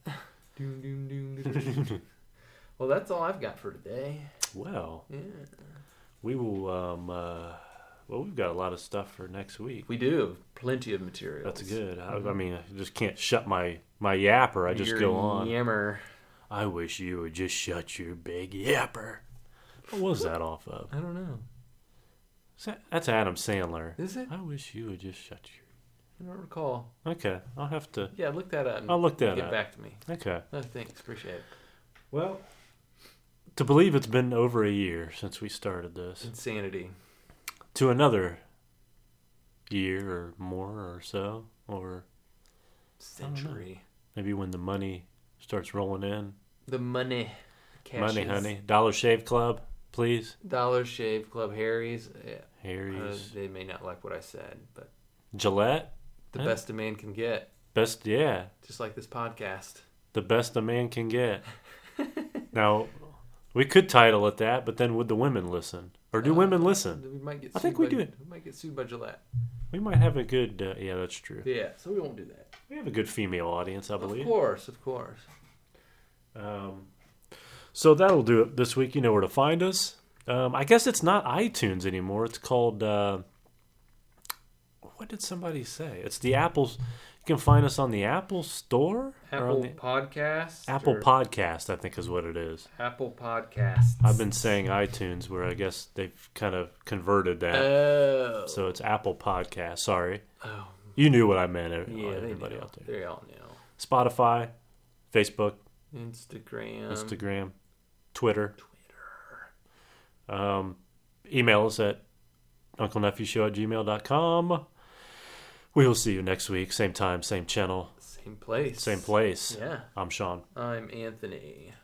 B: Doom, doom, doom, doom, doom. well, that's all I've got for today.
A: Well,
B: Yeah.
A: we will. Um, uh, well, we've got a lot of stuff for next week.
B: We do have plenty of material.
A: That's good. I, I mean, I just can't shut my my yapper. I just
B: Your
A: go on.
B: Yammer.
A: I wish you would just shut your big yapper. What was that off of?
B: I don't know.
A: Is that- That's Adam Sandler.
B: Is it?
A: I wish you would just shut your.
B: I don't recall.
A: Okay, I'll have to.
B: Yeah, look that up. and
A: I'll look that
B: Get
A: up.
B: back to me.
A: Okay.
B: No thanks. Appreciate it.
A: Well, to believe it's been over a year since we started
B: Mm.
A: this,
B: Insanity.
A: to another year or more or so, or
B: Century.
A: maybe when the money starts rolling in.
B: The money. Cashes.
A: Money, honey. Dollar Shave Club, please.
B: Dollar Shave Club Harry's. Yeah, uh,
A: Harry's.
B: they may not like what I said, but
A: Gillette.
B: the
A: Yeah.
B: best a man can get,
A: Best, yeah.
B: just like this podcast.
A: The best a man can get. now, we could title it that, but then would the women listen? Or do
B: Uh,
A: women listen?
B: We might get.
A: I
B: sued
A: think we
B: by-
A: do it.
B: We might get sued by Gillette.
A: We might have a good, uh, yeah, that's true.
B: Yeah, so we won't do that.
A: We have a good female audience, I
B: Of
A: believe.
B: course, of course.
A: Um, so that'll do it this week. You know where to find us. Um, I guess it's not iTunes anymore. It's called. Uh, what did somebody say? It's the Apple's. You can find us on the Apple Store or on
B: Apple
A: the
B: Podcast.
A: Apple
B: or
A: Podcast. I think is what it is.
B: Apple Podcasts.
A: I've been saying iTunes, where I guess they've kind of converted that.
B: Oh.
A: so it's Apple Podcast. Sorry,
B: oh.
A: you knew what I meant.
B: Yeah,
A: everybody
B: they
A: everybody
B: know.
A: out there.
B: They all know.
A: Spotify, Facebook,
B: Instagram,
A: Instagram, Twitter.
B: Twitter.
A: Um, email us at unclenephewshow at gmail.com. We will see you next week. Same time, same channel,
B: Same place.
A: same place.
B: Yeah.
A: I'm Sean.
B: I'm Anthony.